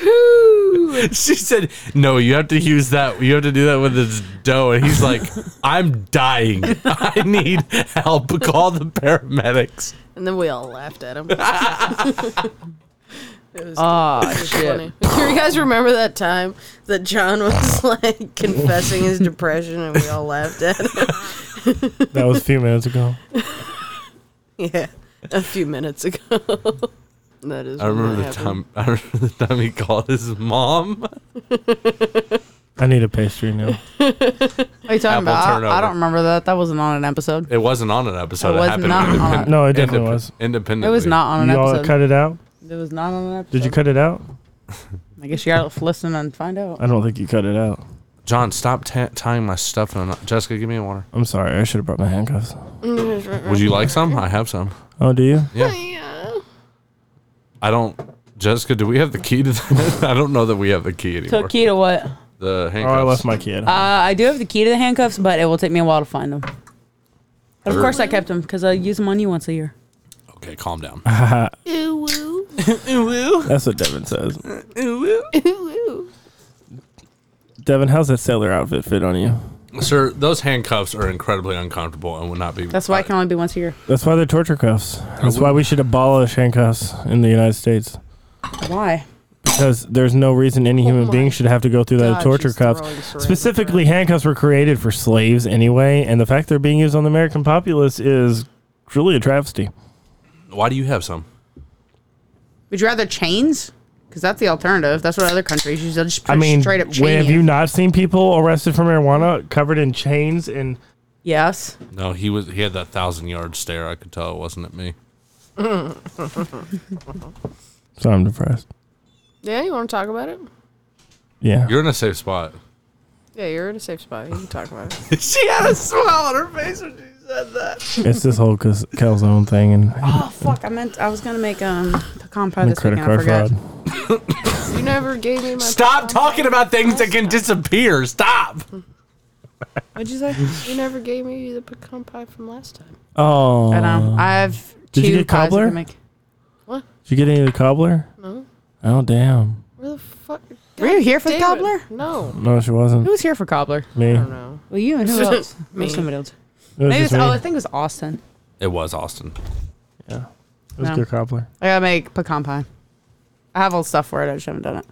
Speaker 3: she said, "No, you have to use that. You have to do that with this dough." And he's like, "I'm dying. I need help. Call the paramedics."
Speaker 4: And then we all laughed at him.
Speaker 7: Oh
Speaker 4: Funny. Do you guys remember that time that John was like confessing his depression and we all laughed at him?
Speaker 2: That was a few minutes ago.
Speaker 4: Yeah, a few minutes ago. that is.
Speaker 3: I
Speaker 4: when
Speaker 3: remember the
Speaker 4: that happened.
Speaker 3: time. I remember the time he called his mom.
Speaker 2: I need a pastry now.
Speaker 7: what are you talking
Speaker 3: Apple
Speaker 7: about? I-
Speaker 3: turnover.
Speaker 7: I, don't remember that. That wasn't on an episode.
Speaker 3: It wasn't on an episode.
Speaker 7: It was
Speaker 3: happened
Speaker 7: not on-
Speaker 3: independent-
Speaker 2: No, it definitely
Speaker 3: indep-
Speaker 2: was.
Speaker 3: Independently.
Speaker 7: It was not on an
Speaker 2: You all
Speaker 7: episode.
Speaker 2: cut it out?
Speaker 7: It was not on an episode.
Speaker 2: Did you cut it out?
Speaker 7: I guess you gotta listen and find out.
Speaker 2: I don't think you cut it out.
Speaker 3: John, stop ta tying my stuff. And I'm not- Jessica, give me a water.
Speaker 2: I'm sorry. I should have brought my handcuffs.
Speaker 3: Would you like some? I have some.
Speaker 2: Oh, do you?
Speaker 3: I don't. Jessica, do we have the key to that? I don't know that we have the key
Speaker 7: So
Speaker 3: anymore.
Speaker 7: key to what? Uh,
Speaker 3: The
Speaker 2: Oh, I
Speaker 3: handcuffs.
Speaker 2: left my kid.
Speaker 7: I do have the key to the handcuffs, but it will take me a while to find them. But of
Speaker 3: Sure.
Speaker 7: course, I kept them because I use them on you once a year.
Speaker 3: okay, calm down.
Speaker 2: That's what Devin says. Devin, how's that sailor outfit fit on you?
Speaker 3: Sir, those handcuffs are incredibly uncomfortable and would not be.
Speaker 7: That's why I can only be once a year.
Speaker 2: That's why they're torture cuffs. That's why we should abolish handcuffs in the United States.
Speaker 7: Why?
Speaker 2: Because there's no reason any human
Speaker 4: Oh my
Speaker 2: being should have to go through that
Speaker 4: God,
Speaker 2: torture
Speaker 4: she's
Speaker 2: cuffs.
Speaker 4: throwing syringes
Speaker 2: Specifically, handcuffs were created for slaves anyway, and the fact they're being used on the American populace is truly a travesty.
Speaker 3: Why do you have some?
Speaker 7: Would you rather chains? Because that's the alternative. That's what other countries use. They'll just
Speaker 2: I mean,
Speaker 7: straight up
Speaker 2: wait,
Speaker 7: chain
Speaker 2: have
Speaker 7: you.
Speaker 2: you not seen people arrested for marijuana covered in chains and
Speaker 7: yes.
Speaker 3: No, he was. He had that thousand yard stare. I could tell it wasn't at me.
Speaker 2: So I'm depressed.
Speaker 4: Yeah, you want to talk about it?
Speaker 2: Yeah.
Speaker 3: You're in a safe spot.
Speaker 4: Yeah, you're in a safe spot. You can talk about it.
Speaker 3: she had a smile on her face.
Speaker 2: it's this whole cas- calzone thing and,
Speaker 7: Oh fuck! I meant I was gonna make um pecan pie
Speaker 2: and
Speaker 7: this
Speaker 2: credit
Speaker 7: weekend. I
Speaker 2: card
Speaker 7: forgot.
Speaker 2: fraud.
Speaker 4: You never gave me my.
Speaker 3: Stop talking about things that can disappear. Stop.
Speaker 4: What'd you say? You never gave me the pecan pie from last time.
Speaker 2: Oh.
Speaker 7: I know. um, I have two
Speaker 2: Did you get
Speaker 7: pies I can
Speaker 2: cobbler?
Speaker 7: make.
Speaker 2: Did you get any of the cobbler?
Speaker 4: No.
Speaker 2: Oh, damn.
Speaker 4: Where the fuck?
Speaker 7: Were you here for the
Speaker 4: Damn it.
Speaker 7: cobbler?
Speaker 4: No.
Speaker 2: No, she wasn't.
Speaker 7: Who was here for cobbler?
Speaker 2: Me.
Speaker 4: I
Speaker 2: It
Speaker 4: don't know.
Speaker 7: Well, you and who else?
Speaker 4: Me.
Speaker 7: Maybe somebody else.
Speaker 2: was
Speaker 7: Maybe
Speaker 2: just
Speaker 7: it's, oh, I
Speaker 2: me.
Speaker 7: think it was Austin.
Speaker 3: It was Austin.
Speaker 2: It was
Speaker 7: no.
Speaker 2: good cobbler.
Speaker 7: I gotta make pecan pie. I have all the stuff for it. I just haven't done it.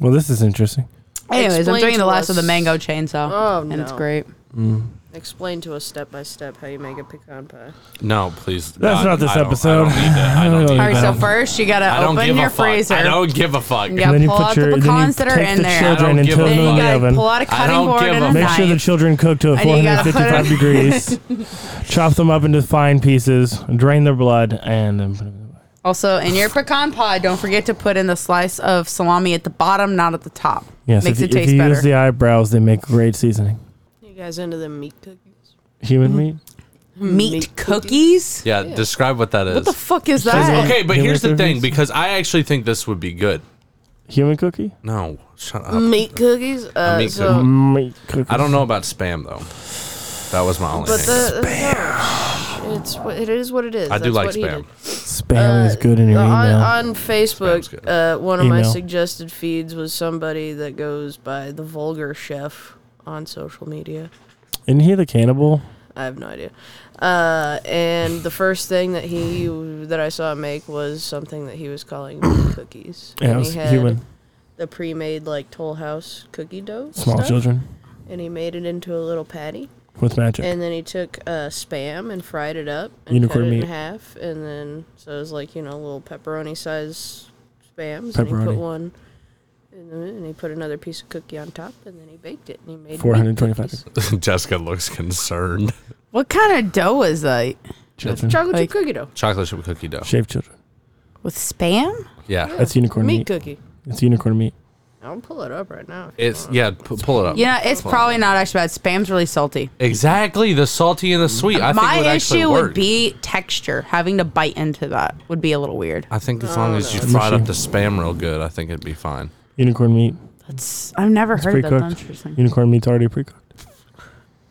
Speaker 2: Well, this is interesting.
Speaker 7: Anyways,
Speaker 4: Explain
Speaker 7: I'm doing the
Speaker 4: to
Speaker 7: last of the
Speaker 4: us.
Speaker 7: mango chainsaw,
Speaker 4: Oh,
Speaker 7: and it's
Speaker 4: no.
Speaker 7: great. Mm.
Speaker 4: Explain to us step by step how you make a pecan pie.
Speaker 3: No, please.
Speaker 2: That's
Speaker 3: God,
Speaker 2: not this
Speaker 3: I don't- I
Speaker 2: episode.
Speaker 3: don't need that. I don't
Speaker 2: All
Speaker 3: need
Speaker 7: All right,
Speaker 3: that.
Speaker 7: so
Speaker 2: don't-
Speaker 7: first you gotta
Speaker 3: I don't
Speaker 7: open
Speaker 3: give
Speaker 7: your
Speaker 3: a fuck.
Speaker 7: freezer.
Speaker 3: I don't give a fuck.
Speaker 7: You gotta
Speaker 2: then you
Speaker 7: pull
Speaker 2: put
Speaker 7: out
Speaker 2: your-
Speaker 7: the
Speaker 2: then you
Speaker 7: pecans that are
Speaker 2: take
Speaker 7: in
Speaker 2: the
Speaker 7: there.
Speaker 2: children
Speaker 3: I don't
Speaker 2: and
Speaker 3: give
Speaker 2: throw
Speaker 3: a
Speaker 2: them
Speaker 7: Then
Speaker 2: in
Speaker 7: you
Speaker 2: the
Speaker 7: gotta
Speaker 2: oven.
Speaker 7: pull out a
Speaker 3: I
Speaker 7: cutting
Speaker 3: don't
Speaker 7: board
Speaker 3: give
Speaker 7: and
Speaker 3: a-
Speaker 7: a
Speaker 2: Make
Speaker 7: knife.
Speaker 2: sure the children cook to
Speaker 7: And you gotta
Speaker 2: 455
Speaker 7: put
Speaker 2: degrees. Chop them up into fine pieces, drain their blood, and then put them
Speaker 7: also, in your pecan pie, don't forget to put in the slice of salami at the bottom, not at the top.
Speaker 2: Yes,
Speaker 7: makes
Speaker 2: if,
Speaker 7: it
Speaker 2: you- if
Speaker 7: taste
Speaker 2: you
Speaker 7: better.
Speaker 2: use the eyebrows, they make great seasoning.
Speaker 4: You guys into the meat cookies?
Speaker 2: Human
Speaker 7: Mm-hmm.
Speaker 2: meat?
Speaker 7: Mm, meat,
Speaker 4: meat
Speaker 7: cookies.
Speaker 3: Yeah, describe what that is.
Speaker 7: What the fuck is
Speaker 2: Is
Speaker 7: that?
Speaker 2: it-
Speaker 3: okay, but
Speaker 2: Human
Speaker 3: here's the thing
Speaker 2: cookies?
Speaker 3: because I actually think this would be good.
Speaker 2: Human cookie?
Speaker 3: No, shut
Speaker 7: Mm.
Speaker 3: up.
Speaker 4: Meat cookies? Uh,
Speaker 3: meat
Speaker 4: so,
Speaker 3: cookie.
Speaker 2: Meat cookie.
Speaker 3: I don't know about spam though. That was my only.
Speaker 4: But
Speaker 3: hang-up.
Speaker 4: the. no, It's what it is. What it is.
Speaker 3: I do
Speaker 4: That's
Speaker 3: like
Speaker 4: what he did.
Speaker 3: spam.
Speaker 2: Spam is good in your
Speaker 4: Uh, on,
Speaker 2: email.
Speaker 4: on Facebook,
Speaker 3: Spam's good.
Speaker 4: uh, one of my
Speaker 2: Email.
Speaker 4: suggested feeds was somebody that goes by the vulgar chef on social media.
Speaker 2: Isn't he the cannibal?
Speaker 4: I have no idea. Uh, and the first thing that he that I saw him make was something that he was calling meat cookies.
Speaker 2: Yeah, it
Speaker 4: And
Speaker 2: was
Speaker 4: he had
Speaker 2: human.
Speaker 4: The pre-made like Toll House cookie dough.
Speaker 2: Small
Speaker 4: stuff,
Speaker 2: children
Speaker 4: And he made it into a little patty.
Speaker 2: with magic.
Speaker 4: And then he took uh, spam and fried it up and
Speaker 2: Unicorn
Speaker 4: cut it
Speaker 2: meat.
Speaker 4: in half. And then so it was like you know little pepperoni size spams. And he
Speaker 2: Pepperoni.
Speaker 4: put one. in the and he put another piece of cookie on top, and then he baked it, and he made meat
Speaker 2: 425
Speaker 4: cookies.
Speaker 3: Jessica looks concerned.
Speaker 7: What kind of dough is that?
Speaker 2: children.
Speaker 4: chocolate chip
Speaker 7: Like-
Speaker 4: cookie dough,
Speaker 3: Chocolate chip cookie dough.
Speaker 2: Shaved children.
Speaker 7: With spam?
Speaker 3: Yeah,
Speaker 2: That's unicorn
Speaker 4: meat
Speaker 2: meat.
Speaker 4: cookie.
Speaker 2: It's unicorn meat.
Speaker 4: I'll pull it up right now. if you
Speaker 3: it's yeah. P- pull it up.
Speaker 7: You know, it's probably not actually bad. Spam's really salty.
Speaker 3: Exactly the salty and the sweet. I
Speaker 7: My
Speaker 3: think would actually
Speaker 7: issue
Speaker 3: work.
Speaker 7: would be texture. Having to bite into that would be a little weird.
Speaker 3: I think as long as you fried up the spam real good, I think it'd be fine.
Speaker 2: Unicorn meat.
Speaker 7: That's I've never heard of that. That's
Speaker 2: pre-cooked.
Speaker 7: interesting.
Speaker 2: Unicorn meat's already pre-cooked.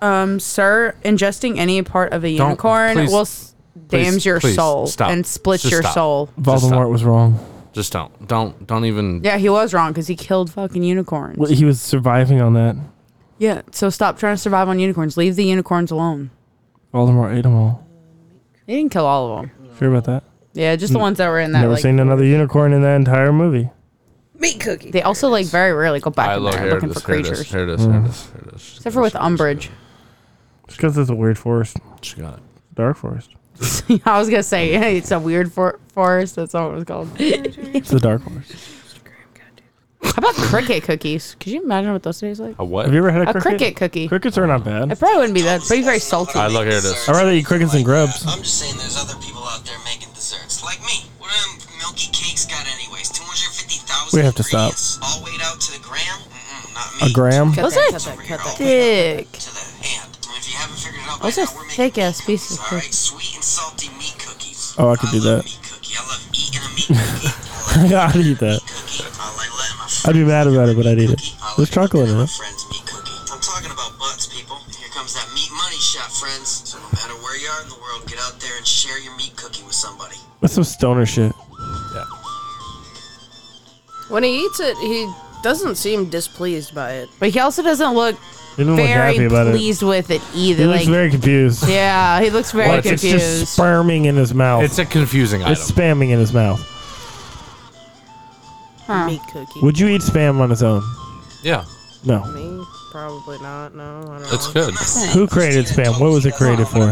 Speaker 7: Um, sir, ingesting any part of a
Speaker 3: Don't-
Speaker 7: unicorn
Speaker 3: please-
Speaker 7: will s- damns your
Speaker 3: please,
Speaker 7: soul
Speaker 3: stop.
Speaker 7: and splits
Speaker 3: Just
Speaker 7: your
Speaker 3: stop.
Speaker 7: soul.
Speaker 3: stop.
Speaker 2: Voldemort was wrong.
Speaker 3: Just don't, don't, don't even.
Speaker 7: Yeah, he was wrong because he killed fucking unicorns.
Speaker 2: Well, he was surviving on that.
Speaker 7: yeah, so stop trying to survive on unicorns. Leave the unicorns alone.
Speaker 2: Voldemort ate them all.
Speaker 7: He didn't kill all of them.
Speaker 2: Sure about that?
Speaker 7: Yeah, just the
Speaker 3: Mm.
Speaker 7: ones that were in that.
Speaker 2: Never
Speaker 7: Like,
Speaker 2: seen another unicorn in that entire movie.
Speaker 5: Meat cookie.
Speaker 7: they also like very rarely go back
Speaker 3: I
Speaker 7: in
Speaker 3: look
Speaker 7: there
Speaker 3: here. it
Speaker 7: looking for
Speaker 3: is, Here it is.
Speaker 7: creatures,
Speaker 3: Here it is. Here
Speaker 2: Mm.
Speaker 3: it is. Here it is.
Speaker 7: except for with Umbridge.
Speaker 2: It's because it's a weird forest.
Speaker 3: She got it.
Speaker 2: Dark forest.
Speaker 7: I was gonna say yeah, it's a weird for- forest. That's all it was called. How
Speaker 2: It's the dark forest.
Speaker 7: about cricket cookies? Could you imagine what those taste like?
Speaker 3: A what?
Speaker 2: Have you ever had a,
Speaker 7: A cricket cookie.
Speaker 2: Crickets are not
Speaker 7: It
Speaker 2: bad.
Speaker 7: probably wouldn't be that. Pretty very salty.
Speaker 3: I look here. It is.
Speaker 2: I'd rather eat crickets than grubs.
Speaker 9: I'm just saying there's other people out there making desserts, like me. What do them milky cakes got anyways? 250,000 those
Speaker 2: We have to stop.
Speaker 9: ingredients all weighed out to the gram? Mm-mm, not me.
Speaker 2: A gram?
Speaker 4: Cut
Speaker 7: Was
Speaker 4: that,
Speaker 7: it?
Speaker 4: cut that, cut that.
Speaker 7: Dick.
Speaker 9: To the hand. I mean, if you haven't figured it out by
Speaker 7: Those
Speaker 9: now,
Speaker 7: are
Speaker 9: we're making
Speaker 7: thick ass
Speaker 9: meat
Speaker 7: pieces
Speaker 9: cookies,
Speaker 7: of
Speaker 9: all right? Sweet and salty meat cookies.
Speaker 2: Oh, I could do that.
Speaker 9: love Meat cookie. I love eating a meat cookie. I like
Speaker 2: I'd eat that.
Speaker 9: cookie. I like letting my
Speaker 2: I'd be mad about it, but I'd eat it.
Speaker 9: I
Speaker 2: There's
Speaker 9: like
Speaker 2: chocolate in
Speaker 9: my
Speaker 2: it.
Speaker 9: friend's meat cookie. I'm talking about butts, people. Here comes that meat money shot, friends. So no matter where you are in the world, get out there and share your meat cookie with somebody.
Speaker 2: That's some stoner shit.
Speaker 4: When he eats it, he doesn't seem displeased by it.
Speaker 7: But he also doesn't look
Speaker 2: He didn't look happy
Speaker 7: very
Speaker 2: about it.
Speaker 7: pleased with it either.
Speaker 2: He
Speaker 7: like,
Speaker 2: looks very confused.
Speaker 7: yeah, he looks very
Speaker 2: Like, it's
Speaker 7: confused.
Speaker 2: just sperming in his mouth.
Speaker 3: It's a confusing item.
Speaker 2: It's spamming in his mouth.
Speaker 7: Huh.
Speaker 4: Meat cookie.
Speaker 2: Would you eat spam on its own?
Speaker 3: yeah,
Speaker 2: No.
Speaker 4: Me? Probably not. No, I don't
Speaker 3: it's
Speaker 7: Oh,
Speaker 4: know.
Speaker 3: good.
Speaker 2: Who created spam? What was it created for?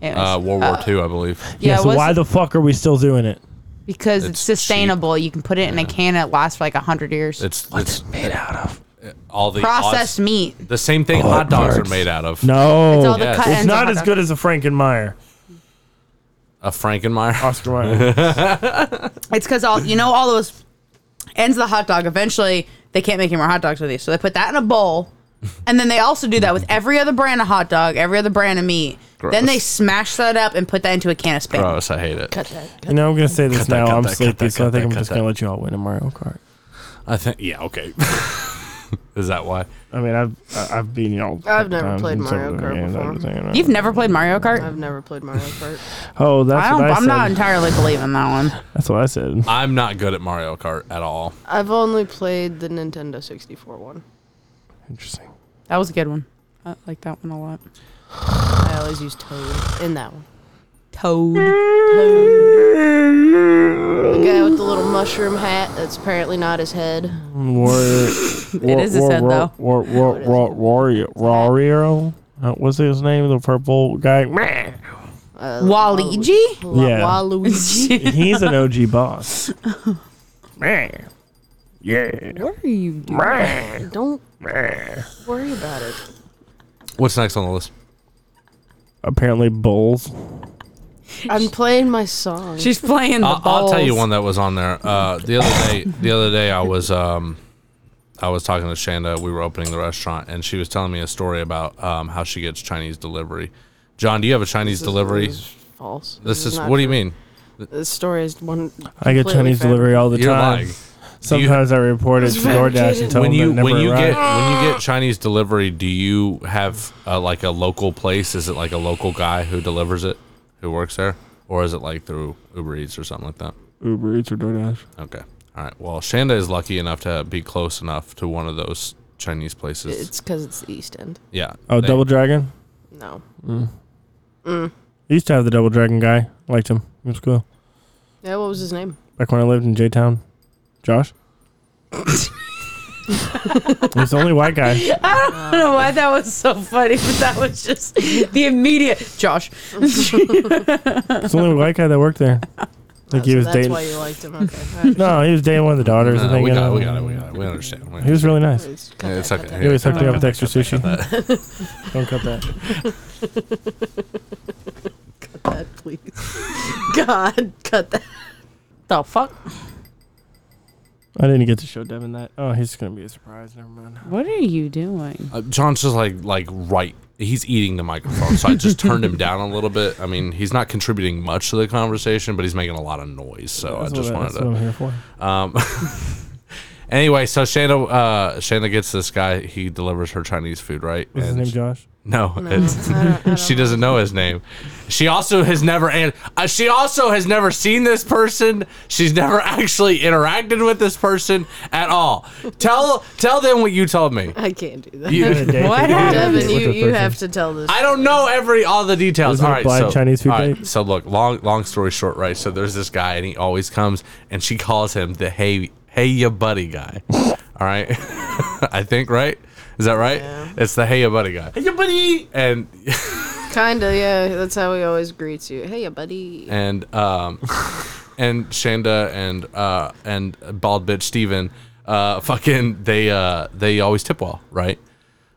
Speaker 7: It was-
Speaker 3: Uh, World War II, I believe.
Speaker 7: yeah,
Speaker 2: so
Speaker 7: it
Speaker 2: why
Speaker 7: was
Speaker 2: the fuck are we still doing it?
Speaker 7: because
Speaker 3: It's
Speaker 7: it's, sustainable. You can put it in a can and it lasts for like hundred years.
Speaker 3: It's it's made out of all the
Speaker 7: Processed
Speaker 3: odds-
Speaker 7: meat.
Speaker 3: The same thing hot dogs are made out of.
Speaker 2: No.
Speaker 7: Oh, It's all the
Speaker 3: yes. It's
Speaker 7: cut ends
Speaker 2: It's
Speaker 7: of
Speaker 2: not
Speaker 7: hot
Speaker 2: as
Speaker 7: dogs.
Speaker 2: good as a Frankenmeyer.
Speaker 3: A Frankenmeyer.
Speaker 2: Oscar Mayer.
Speaker 7: It's because all you know all those ends of the hot dog. Eventually, they can't make any more hot dogs with these, so they put that in a bowl. And then they also do that with every other brand of hot dog, every other brand of meat. Then they
Speaker 3: Gross.
Speaker 7: smash that up and put that into a can of spam.
Speaker 3: Gross. I hate it.
Speaker 2: you know, I'm going to say this
Speaker 3: Cut that,
Speaker 2: now.
Speaker 3: cut
Speaker 2: I'm
Speaker 3: that, cut
Speaker 2: sleepy,
Speaker 3: that,
Speaker 2: so I
Speaker 3: cut
Speaker 2: think
Speaker 3: that,
Speaker 2: I'm
Speaker 3: cut
Speaker 2: just
Speaker 3: that.
Speaker 2: going to let you all win a Mario Kart.
Speaker 3: I think. Yeah. Okay. Is that why?
Speaker 2: I mean, I've I- I've been y'all.
Speaker 4: I've never played Mario Kart before.
Speaker 7: You've never played Mario Kart?
Speaker 4: I've never played Mario Kart.
Speaker 2: Oh, that's
Speaker 7: I don't.
Speaker 2: what I
Speaker 7: I am
Speaker 2: said.
Speaker 7: not entirely believing that one.
Speaker 2: that's what I said.
Speaker 3: I'm not good at Mario Kart at all.
Speaker 4: I've only played the Nintendo 64 one.
Speaker 2: Interesting.
Speaker 7: That was a good one. I like that one a lot.
Speaker 4: I always use Toad in that one.
Speaker 7: Toad.
Speaker 4: The guy with the little mushroom hat that's apparently not his head.
Speaker 2: Warrior. war,
Speaker 7: is his head, though.
Speaker 2: War, war, war, warrior. Wario. Uh, what's his name? The purple guy. Meh.
Speaker 7: Waluigi.
Speaker 4: Wa-
Speaker 2: Yeah.
Speaker 4: Waluigi.
Speaker 2: He's an OG boss. Meh. yeah.
Speaker 4: What are you doing?
Speaker 2: Meh.
Speaker 4: Don't
Speaker 2: Meh.
Speaker 4: worry about it.
Speaker 3: What's next on the list?
Speaker 2: Apparently, bulls.
Speaker 4: I'm playing my song.
Speaker 7: She's playing the
Speaker 3: I'll, I'll tell you one that was on there. Uh, the other day, the other day, I was um, I was talking to Shanda. We were opening the restaurant, and she was telling me a story about um, how she gets Chinese delivery. John, do you have a Chinese delivery?
Speaker 4: This is false.
Speaker 3: This is
Speaker 4: not
Speaker 3: what do you
Speaker 4: true.
Speaker 3: mean?
Speaker 4: This story is one.
Speaker 2: I get
Speaker 4: completely
Speaker 2: Chinese
Speaker 4: fab-
Speaker 2: delivery all the
Speaker 3: You're
Speaker 2: time.
Speaker 3: lying. you-
Speaker 2: Sometimes I report it to DoorDash and tell
Speaker 3: when
Speaker 2: them
Speaker 3: you
Speaker 2: that it never
Speaker 3: when you
Speaker 2: arrived.
Speaker 3: get when you get Chinese delivery, do you have uh, like a local place? Is it like a local guy who delivers it, who works there, or is it like through Uber Eats or something like that?
Speaker 2: Uber Eats or DoorDash.
Speaker 3: Okay, all right. Well, Shanda is lucky enough to be close enough to one of those Chinese places.
Speaker 4: It's because it's the East End.
Speaker 3: yeah.
Speaker 2: Oh,
Speaker 3: they-
Speaker 2: Double Dragon.
Speaker 4: No.
Speaker 7: Mm.
Speaker 2: He used to have the Double Dragon guy. Liked him. He was cool.
Speaker 4: Yeah, what was his name?
Speaker 2: Back when I lived in J Town. Josh. He's the only white guy.
Speaker 7: I don't know why that was so funny, but that was just the immediate Josh.
Speaker 2: He's the only white guy that worked there. Like he was
Speaker 4: Oh, That's
Speaker 2: dating.
Speaker 4: why you liked him. Okay. Alright.
Speaker 2: No, he was dating one of the
Speaker 3: No,
Speaker 2: daughters. I think,
Speaker 3: we
Speaker 2: you
Speaker 3: got it.
Speaker 2: know.
Speaker 3: We got it. We got it. We understand. We
Speaker 2: He was really nice.
Speaker 4: It's- cut
Speaker 3: Yeah,
Speaker 4: that,
Speaker 3: it's
Speaker 4: cut
Speaker 3: okay.
Speaker 4: that.
Speaker 2: He always hooked me up with extra sushi.
Speaker 3: that.
Speaker 2: Don't cut that.
Speaker 4: that, please. God, cut that.
Speaker 7: The fuck?
Speaker 2: I didn't get to show Devin that. Oh, he's gonna be a surprise. Never mind.
Speaker 7: What are you doing?
Speaker 3: Uh, John's just like like right. He's eating the microphone, so I just turned him down a little bit. I mean, he's not contributing much to the conversation, but he's making a lot of noise. So Oh, I just
Speaker 2: what,
Speaker 3: wanted
Speaker 2: that's
Speaker 3: to.
Speaker 2: what I'm here for.
Speaker 3: Um, anyway, so Shanda, uh, Shanda gets this guy. He delivers her Chinese food, right?
Speaker 2: What's his
Speaker 3: And
Speaker 2: name,
Speaker 3: she-
Speaker 2: Josh?
Speaker 3: No, Uh, it's, she doesn't know his name. She also has never, and uh, she also has never seen this person. She's never actually interacted with this person at all. Tell, tell them what you told me.
Speaker 4: I can't do that.
Speaker 3: You-
Speaker 7: What happened?
Speaker 4: Devin, you, you have to tell this.
Speaker 3: I don't know every all the details.
Speaker 2: Isn't it
Speaker 3: all right,
Speaker 2: blind
Speaker 3: so,
Speaker 2: Chinese food
Speaker 3: all right,
Speaker 2: date?
Speaker 3: so look, long long story short, right? So there's this guy, and he always comes, and she calls him the hey hey ya buddy guy. all right, I think right. Is that right? It's the hey ya buddy guy. Hey ya buddy. And
Speaker 4: Kinda, yeah. That's how he always greets you. Hey, ya buddy.
Speaker 3: and um and Shanda and uh and bald bitch Steven uh fucking they uh they always tip well, right?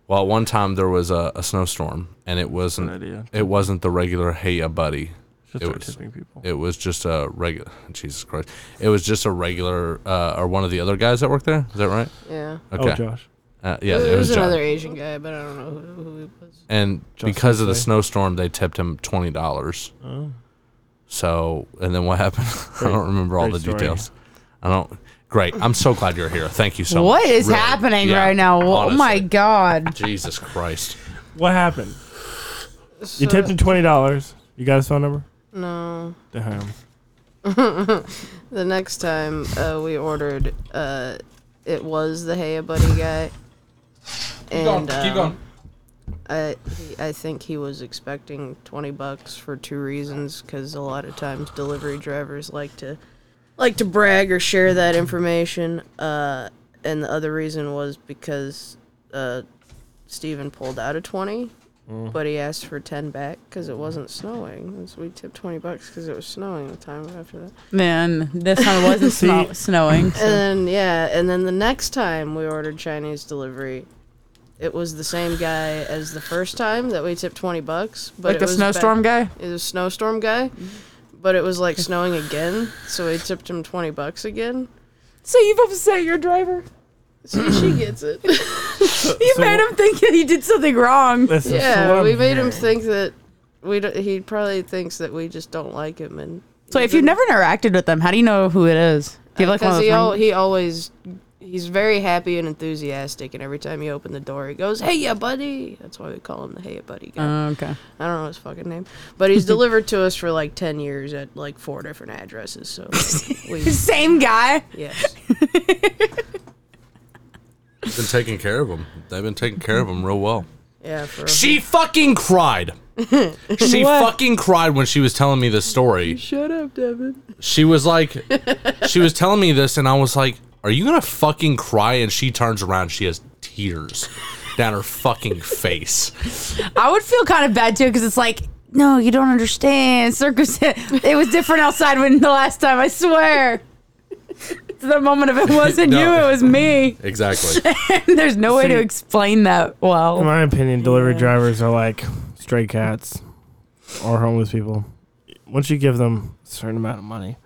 Speaker 3: Well, at one time there was a, a snowstorm and it wasn't it wasn't the regular hey ya buddy
Speaker 2: Just
Speaker 3: it
Speaker 2: start
Speaker 3: was-
Speaker 2: tipping people.
Speaker 3: It was just a regular. Jesus Christ! It was just a regular, uh, or one of the other guys that worked there. Is that right?
Speaker 4: Yeah.
Speaker 3: Okay.
Speaker 2: Oh, Josh.
Speaker 3: Uh, yeah,
Speaker 4: There
Speaker 3: it was
Speaker 4: was
Speaker 3: John.
Speaker 4: another Asian guy, but I don't know who, who he was.
Speaker 3: And
Speaker 2: Justin
Speaker 3: because of the
Speaker 2: Clay.
Speaker 3: snowstorm, they tipped him twenty dollars. So, and then what happened? I don't remember all
Speaker 2: great
Speaker 3: the
Speaker 2: story.
Speaker 3: details. I don't. Great. I'm so glad you're here. Thank you so much.
Speaker 7: What is
Speaker 3: Really.
Speaker 7: happening
Speaker 3: Yeah,
Speaker 7: right now? Oh my
Speaker 3: honestly.
Speaker 7: god.
Speaker 3: Jesus Christ.
Speaker 2: What happened? You tipped him twenty dollars. You got his phone number?
Speaker 4: No.
Speaker 2: Damn.
Speaker 4: The next time uh, we ordered, uh, it was the Hey Buddy guy. And, um, I he- I think he was expecting twenty bucks for two reasons, because a lot of times delivery drivers like to like to brag or share that information. Uh, and the other reason was because uh, Steven pulled out a twenty, but he asked for ten back because it wasn't snowing. And so we tipped twenty bucks because it was snowing the time after that.
Speaker 7: Man, this time it wasn't snow- snowing. so-
Speaker 4: And then, yeah, and then the next time we ordered Chinese delivery, it was the same guy as the first time that we tipped twenty bucks. But
Speaker 7: like
Speaker 4: it
Speaker 7: the
Speaker 4: was
Speaker 7: snowstorm
Speaker 4: back-
Speaker 7: guy?
Speaker 4: It was snowstorm guy, but it was like snowing again, so we tipped him twenty bucks again.
Speaker 7: So you've upset your driver?
Speaker 4: See, she gets it.
Speaker 7: You
Speaker 2: So
Speaker 7: made
Speaker 2: wh-
Speaker 7: him think that he did something wrong.
Speaker 2: This is
Speaker 4: yeah,
Speaker 2: what
Speaker 4: we
Speaker 2: I'm
Speaker 4: made
Speaker 2: hearing.
Speaker 4: him think that we. Don't, he probably thinks that we just don't like him, and
Speaker 7: So if you've never interacted with them, how do you know who it is? Do you have like one
Speaker 4: because
Speaker 7: of
Speaker 4: he al-
Speaker 7: those
Speaker 4: he always. He's very happy and enthusiastic, and every time you open the door, he goes, "Hey, yeah, buddy." That's why we call him the "Hey, ya, buddy" guy.
Speaker 7: Oh, okay.
Speaker 4: I don't know his fucking name, but he's delivered to us for like ten years at like four different addresses. So like, we
Speaker 7: Same guy.
Speaker 4: yes,
Speaker 3: Been taking care of him. They've been taking care of him real well.
Speaker 4: yeah. For
Speaker 3: She fucking cried. She fucking cried when she was telling me this story.
Speaker 4: shut up, Devin.
Speaker 3: She was like, she was telling me this, and I was like, "Are you gonna fucking cry?" And she turns around. She has tears down her fucking face.
Speaker 7: I would feel kind of bad too because it's like, no, you don't understand. Circus. It was different outside when the last time. I swear. to the moment of it wasn't
Speaker 3: No.
Speaker 7: you, it was me.
Speaker 3: Exactly.
Speaker 7: There's no way to
Speaker 2: See-
Speaker 7: explain that
Speaker 2: In
Speaker 7: well.
Speaker 2: my opinion, delivery drivers are like stray cats or homeless people. Once you give them a certain amount of money,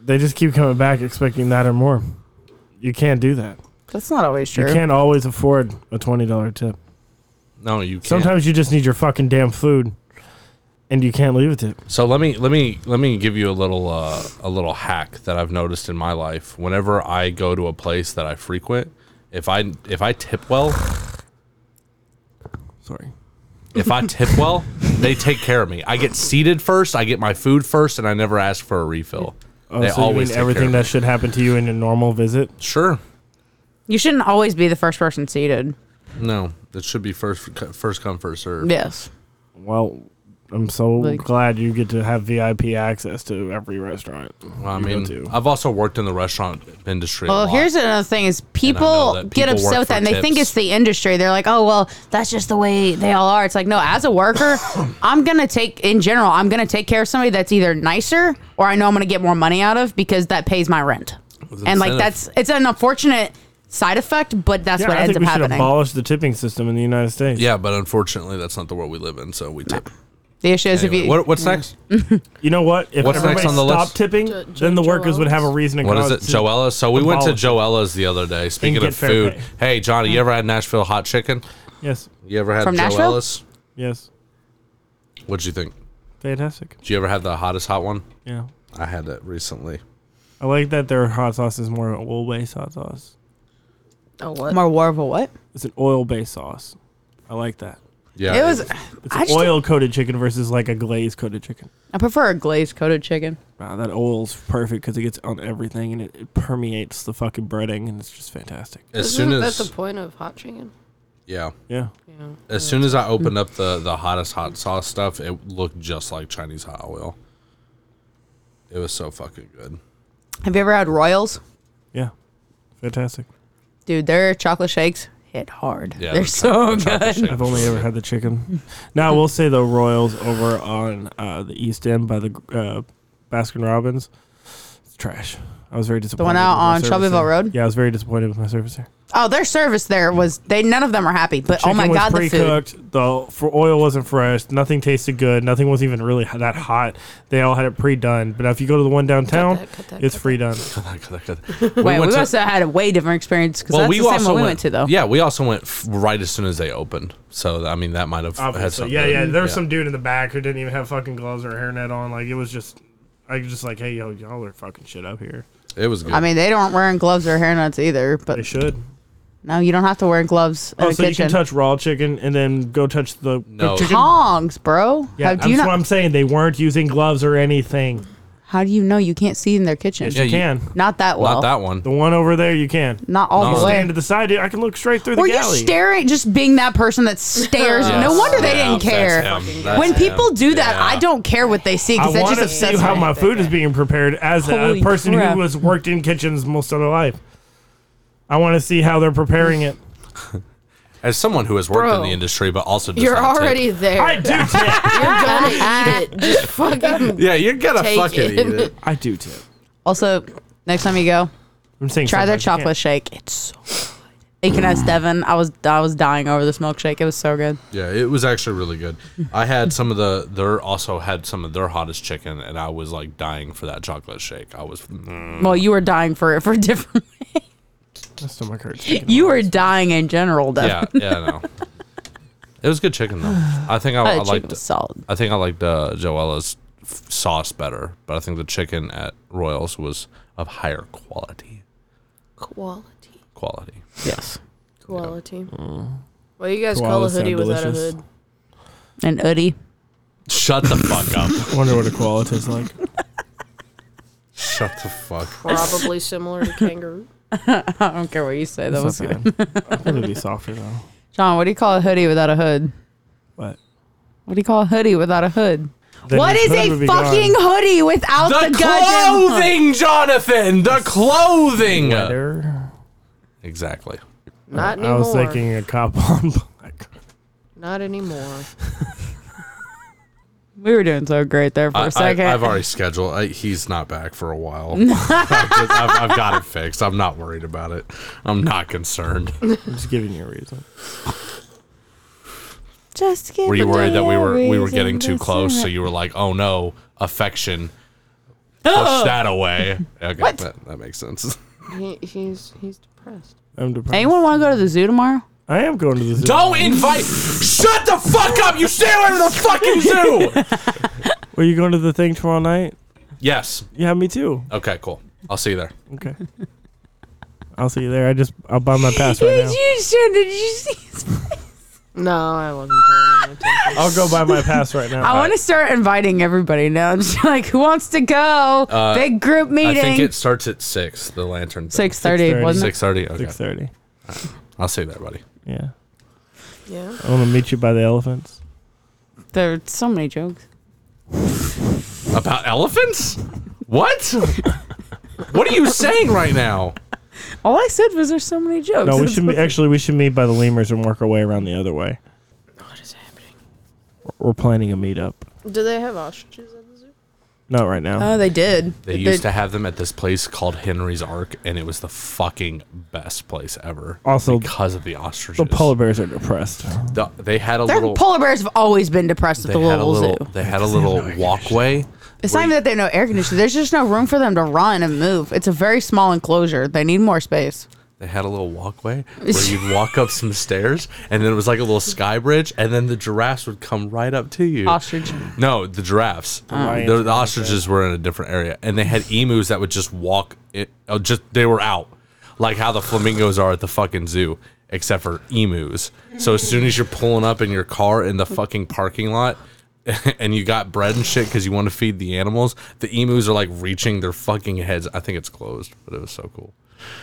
Speaker 2: they just keep coming back expecting that or more. You can't do that.
Speaker 7: That's not always
Speaker 2: You can't always afford a twenty dollar tip.
Speaker 3: No, you can't.
Speaker 2: Sometimes you just need your fucking damn food, and you can't leave with it.
Speaker 3: So let me let me let me give you a little uh, a little hack that I've noticed in my life. Whenever I go to a place that I frequent, if I if I tip well,
Speaker 2: Sorry.
Speaker 3: if I tip well, they take care of me. I get seated first, I get my food first, and I never ask for a refill.
Speaker 2: Oh,
Speaker 3: they
Speaker 2: so
Speaker 3: always
Speaker 2: you
Speaker 3: take
Speaker 2: mean
Speaker 3: care
Speaker 2: everything
Speaker 3: of
Speaker 2: that
Speaker 3: me.
Speaker 2: should happen to you in a normal visit?
Speaker 3: Sure.
Speaker 7: You shouldn't always be the first person seated.
Speaker 3: No, that should be first first come first serve.
Speaker 7: Yes.
Speaker 2: Well, I'm so
Speaker 7: Like-
Speaker 2: glad you get to have VIP access to every restaurant.
Speaker 3: Well, I
Speaker 2: you go
Speaker 3: mean,
Speaker 2: to.
Speaker 3: I've also worked in the restaurant industry. a
Speaker 7: Well,
Speaker 3: lot.
Speaker 7: here's another thing: is people,
Speaker 3: that
Speaker 7: get
Speaker 3: people work
Speaker 7: upset with
Speaker 3: for
Speaker 7: that and they think
Speaker 3: tips.
Speaker 7: it's the industry. They're like, "Oh, well, that's just the way they all are." It's like, no. As a worker, I'm gonna take in general. I'm gonna take care of somebody that's either nicer or I know I'm gonna get more money out of because that pays my rent.
Speaker 3: With
Speaker 7: And like
Speaker 3: incentive.
Speaker 7: that's it's an unfortunate side effect, but that's
Speaker 2: Yeah,
Speaker 7: what
Speaker 2: I
Speaker 7: ends
Speaker 2: think
Speaker 7: up
Speaker 2: we should
Speaker 7: happening.
Speaker 2: abolish the tipping system in the United States.
Speaker 3: yeah, but unfortunately, that's not the world we live in. So we tip.
Speaker 7: the issue is
Speaker 3: Anyway,
Speaker 7: if you
Speaker 3: what, what's next?
Speaker 2: You know what? If
Speaker 3: What's
Speaker 2: everybody
Speaker 3: next on the
Speaker 2: stopped
Speaker 3: list?
Speaker 2: tipping,
Speaker 4: Jo- Jo-
Speaker 2: then the workers would have a reason to
Speaker 3: What
Speaker 2: go
Speaker 3: is it?
Speaker 2: to-
Speaker 3: Joella's. So we went to
Speaker 2: abolish it.
Speaker 3: Joella's the other day. Speaking
Speaker 2: get
Speaker 3: of
Speaker 2: fair
Speaker 3: food,
Speaker 2: pay. Mm.
Speaker 3: hey Johnny, you ever had Nashville hot chicken?
Speaker 2: Yes.
Speaker 3: You ever had
Speaker 7: From Nashville?
Speaker 3: Joella's?
Speaker 2: Yes.
Speaker 3: What'd you think?
Speaker 2: Fantastic.
Speaker 3: Did you ever have the hottest hot one?
Speaker 2: Yeah.
Speaker 3: I had it recently.
Speaker 2: I like that their hot sauce is more of an oil based hot sauce.
Speaker 4: Oh what?
Speaker 7: more war of a what?
Speaker 2: It's an oil based sauce. I like that.
Speaker 3: Yeah,
Speaker 7: It was.
Speaker 2: It's
Speaker 7: I just,
Speaker 2: oil coated chicken versus like a glaze coated chicken.
Speaker 7: I prefer a glazed coated chicken.
Speaker 2: Wow, that oil's perfect because it gets on everything and it, it permeates the fucking breading and it's just fantastic.
Speaker 3: as
Speaker 4: Isn't
Speaker 3: soon
Speaker 4: that
Speaker 3: as
Speaker 4: the point of hot chicken?
Speaker 3: yeah,
Speaker 2: Yeah.
Speaker 4: Yeah.
Speaker 3: as soon as I opened up the the hottest hot sauce stuff, it looked just like Chinese hot oil. It was so fucking good.
Speaker 7: Have you ever had Royals?
Speaker 2: Yeah. Fantastic.
Speaker 7: Dude, their chocolate shakes hit hard.
Speaker 3: Yeah,
Speaker 7: They're
Speaker 3: the
Speaker 7: so
Speaker 3: chocolate- the chocolate
Speaker 7: good.
Speaker 3: shake
Speaker 2: I've
Speaker 3: was
Speaker 2: only
Speaker 3: so
Speaker 2: ever
Speaker 3: good.
Speaker 2: had the chicken. Now, I will say the Royals over on uh, the East End by the uh, Baskin Robbins. It's trash. I was very disappointed.
Speaker 7: out
Speaker 2: with my
Speaker 7: on
Speaker 2: service
Speaker 7: Shelbyville
Speaker 2: there.
Speaker 7: Road?
Speaker 2: Yeah, I was very disappointed with my service there.
Speaker 7: Oh, their service there was they none of them are happy. But oh
Speaker 2: Chicken
Speaker 7: my
Speaker 2: was
Speaker 7: god, the food.
Speaker 2: pre-cooked. The for oil wasn't fresh. Nothing tasted good. Nothing was even really that hot. They all had it pre-done. But now if you go to the one downtown,
Speaker 5: that, cut that,
Speaker 2: it's
Speaker 5: cut
Speaker 2: free done.
Speaker 3: We
Speaker 7: Wait, we
Speaker 3: went to-
Speaker 7: must have had a way different experience because that's the same one we went to though.
Speaker 3: Yeah, we also went f- right as soon as they opened. So I mean, that might have had
Speaker 2: Obviously,
Speaker 3: something.
Speaker 2: yeah, yeah. There was some dude in the back who didn't even have fucking gloves or a hairnet on. Like it was just, I was just like, hey yo, y'all are fucking shit up here.
Speaker 3: It was good.
Speaker 7: I mean, they don't wearing gloves or hairnets either.
Speaker 2: They
Speaker 7: But
Speaker 2: should.
Speaker 7: no, you don't have to wear gloves in
Speaker 2: Oh,
Speaker 7: the
Speaker 2: so you can
Speaker 7: kitchen.
Speaker 2: touch raw chicken and then go touch the cooked
Speaker 3: No.
Speaker 2: chicken.
Speaker 7: Tongs, bro.
Speaker 2: Yeah,
Speaker 7: how
Speaker 2: that's
Speaker 7: do you
Speaker 2: what
Speaker 7: not?
Speaker 2: I'm saying. They weren't using gloves or anything.
Speaker 7: How do you know you can't see in their kitchen?
Speaker 3: Yeah,
Speaker 2: You
Speaker 3: you-
Speaker 2: can.
Speaker 7: Not that well.
Speaker 3: not that one.
Speaker 2: The one over there, you can.
Speaker 7: Not all
Speaker 3: No.
Speaker 7: the way.
Speaker 2: Stand to the side. dude, I can look straight through the
Speaker 7: Were you
Speaker 2: galley.
Speaker 7: staring? Just being that person that stares. No
Speaker 3: Yes.
Speaker 7: wonder they
Speaker 3: Yeah, that's
Speaker 7: didn't care.
Speaker 3: him. That's
Speaker 7: when people
Speaker 3: him.
Speaker 7: do that,
Speaker 3: Yeah.
Speaker 7: I don't care what they see
Speaker 2: I
Speaker 7: because that
Speaker 2: want
Speaker 7: just
Speaker 2: to see
Speaker 7: upsets
Speaker 2: how
Speaker 7: me.
Speaker 2: my food is being prepared as
Speaker 7: Holy
Speaker 2: a person
Speaker 7: crap.
Speaker 2: who has worked in kitchens most of their life. I want to see how they're preparing it.
Speaker 3: As someone who has worked in
Speaker 4: Bro.
Speaker 3: the industry, but also does
Speaker 4: You're
Speaker 3: not tip.
Speaker 4: already there.
Speaker 2: I do tip.
Speaker 4: You're gonna eat it. Just fucking.
Speaker 3: Yeah, you're gonna
Speaker 4: Take
Speaker 3: fucking
Speaker 4: it.
Speaker 3: eat it.
Speaker 2: I do tip.
Speaker 7: Also, next time you go,
Speaker 2: I'm saying
Speaker 7: try their
Speaker 2: sometimes you can't.
Speaker 7: chocolate shake. It's so good. You can ask Devin. I was I was dying over this milkshake. It was so good.
Speaker 3: Yeah, it was actually really good. I had some of the. They're also had some of their hottest chicken, and I was like dying for that chocolate shake. I was. mm,
Speaker 7: Well, you were dying for it for different.
Speaker 2: My stomach hurts.
Speaker 7: you were dying in general, Devin.
Speaker 3: Yeah, yeah, I know. It was good chicken though. I think I, Oh, I
Speaker 7: That chicken
Speaker 3: liked.
Speaker 7: was solid.
Speaker 3: I think I liked uh, Joella's f- sauce better, but I think the chicken at Royals was of higher quality.
Speaker 5: Quality.
Speaker 3: Quality.
Speaker 7: Yes.
Speaker 4: Quality. Well, you
Speaker 2: Koalas
Speaker 4: guys call a hoodie
Speaker 2: sound
Speaker 4: without
Speaker 2: delicious.
Speaker 4: a hood.
Speaker 7: And Udi.
Speaker 3: Shut the fuck up.
Speaker 2: Wonder what a koala tastes like.
Speaker 3: Shut the fuck.
Speaker 4: Probably similar to kangaroo.
Speaker 7: I don't care what you say. That was
Speaker 2: It's not bad. I thought it'd be softer though.
Speaker 7: John. What do you call a hoodie without a hood?
Speaker 2: What?
Speaker 7: What do you call a hoodie without a hood?
Speaker 2: Then
Speaker 7: what
Speaker 2: his
Speaker 7: is
Speaker 2: hood would
Speaker 7: a
Speaker 2: be gone.
Speaker 7: fucking hoodie without the,
Speaker 3: The
Speaker 7: goddamn hood?
Speaker 3: clothing, Jonathan. The clothing.
Speaker 2: Better.
Speaker 3: Exactly.
Speaker 4: Not anymore.
Speaker 2: I was thinking a cop on black.
Speaker 4: Not anymore.
Speaker 7: We were doing so great there for a
Speaker 3: I,
Speaker 7: a second.
Speaker 3: have already scheduled. I, he's not back for a while. I've, just- I've- I've got it fixed. I'm not worried about it. I'm not concerned.
Speaker 2: I'm just giving you a reason.
Speaker 7: Just give
Speaker 3: Were you
Speaker 7: the
Speaker 3: worried that we
Speaker 7: damn
Speaker 3: were we were
Speaker 7: reason
Speaker 3: getting too
Speaker 7: to
Speaker 3: close? So
Speaker 7: say
Speaker 3: you were like, "Oh no, affection, push that away." Okay, That, that makes sense.
Speaker 4: He, he's he's depressed.
Speaker 2: I'm
Speaker 7: it.
Speaker 2: depressed.
Speaker 7: Anyone want to go to the zoo tomorrow?
Speaker 2: I am going to the zoo.
Speaker 3: Don't invite. Shut the fuck up! You stay away from the fucking zoo.
Speaker 2: Were you going to the thing tomorrow night?
Speaker 3: yes.
Speaker 2: Yeah, me too.
Speaker 3: Okay. Cool. I'll see you there.
Speaker 2: Okay. I'll see you there. I just I'll buy my pass right now.
Speaker 7: you should. Did you see?
Speaker 4: No, I wasn't paying any attention.
Speaker 2: I'll go buy my pass right now.
Speaker 7: I want to start inviting everybody now. I'm just like, who wants to go? Big group
Speaker 3: Uh, I think
Speaker 7: meeting.
Speaker 3: it starts at six. The lantern.
Speaker 7: Six thirty,
Speaker 2: 6:30.
Speaker 7: wasn't it?
Speaker 3: Six thirty. Okay.
Speaker 2: Six thirty.
Speaker 3: I'll see you there, buddy.
Speaker 2: Yeah.
Speaker 4: Yeah.
Speaker 2: I want to meet you by the elephants.
Speaker 7: There's so many jokes.
Speaker 3: About elephants? What? what are you saying right now?
Speaker 7: All I said was there's so many jokes.
Speaker 2: No, we should meet, actually we should meet by the lemurs and work our way around the other way.
Speaker 4: What is happening?
Speaker 2: We're planning a meetup.
Speaker 4: Do they have ostriches at the zoo?
Speaker 2: Not right now.
Speaker 4: Uh,
Speaker 7: Oh, they did.
Speaker 3: They used to have them at this place called Henry's Ark, and it was the fucking best place ever.
Speaker 2: Also,
Speaker 3: because of the
Speaker 2: the
Speaker 3: ostriches.
Speaker 2: polar bears are depressed.
Speaker 3: The- they had a
Speaker 7: Their
Speaker 3: little.
Speaker 7: polar bears have always been depressed at
Speaker 3: they
Speaker 7: the
Speaker 3: had a
Speaker 7: Louisville
Speaker 3: little.
Speaker 7: Zoo.
Speaker 3: They had a little walkway.
Speaker 7: It's not even that they have no air conditioning. There's just no room for them to run and move. It's a very small enclosure. They need more space.
Speaker 3: They had a little walkway where you'd walk up some stairs, and then it was like a little sky bridge, and then the giraffes would come right up to you.
Speaker 7: Ostrich.
Speaker 3: No, the giraffes.
Speaker 2: lions
Speaker 3: The,
Speaker 2: and
Speaker 3: the ostriches were in a different area, and they had emus that would just walk. It oh, just they were out, like how the flamingos are at the fucking zoo, except for emus. So as soon as you're pulling up in your car in the fucking parking lot, and you got bread and shit because you want to feed the animals, the emus are like reaching their fucking heads. I think it's closed, but it was so cool.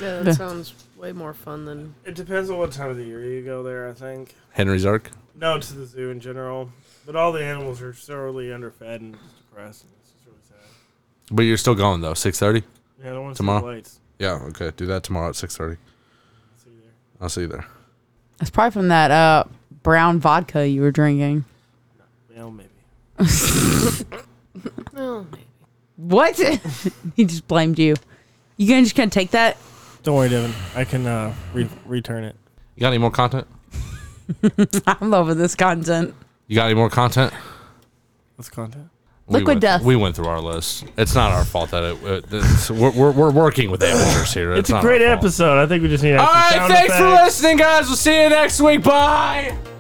Speaker 4: Yeah, that sounds way more fun than.
Speaker 2: It depends on what time of the year you go there. I think.
Speaker 3: Henry's Ark.
Speaker 2: No, to the zoo in general, but all the animals are sorely underfed and just depressed. And it's just really sad.
Speaker 3: But you're still going though, six thirty.
Speaker 2: Yeah, I don't want to
Speaker 3: Tomorrow?
Speaker 2: see the lights.
Speaker 3: Yeah, okay. Do that tomorrow at six thirty.
Speaker 2: See you there.
Speaker 3: I'll see you there.
Speaker 7: It's probably from that uh, brown vodka you were drinking.
Speaker 2: Well, maybe.
Speaker 4: No.
Speaker 7: What? he just blamed you. You gonna just gonna take that?
Speaker 2: Don't worry, Devin. I can uh, re- return it.
Speaker 3: You got any more content?
Speaker 7: I'm loving this content.
Speaker 3: You got any more content?
Speaker 2: That's content.
Speaker 7: Liquid
Speaker 3: we went,
Speaker 7: death.
Speaker 3: We went through our list. It's not our fault that it. it it's, we're, we're, we're working with amateurs here.
Speaker 2: It's,
Speaker 3: not
Speaker 2: a
Speaker 3: our
Speaker 2: great
Speaker 3: fault.
Speaker 2: episode. I think we just need. to add
Speaker 3: All
Speaker 2: some
Speaker 3: right,
Speaker 2: sound
Speaker 3: thanks for
Speaker 2: effects.
Speaker 3: listening, guys. We'll see you next week. Bye.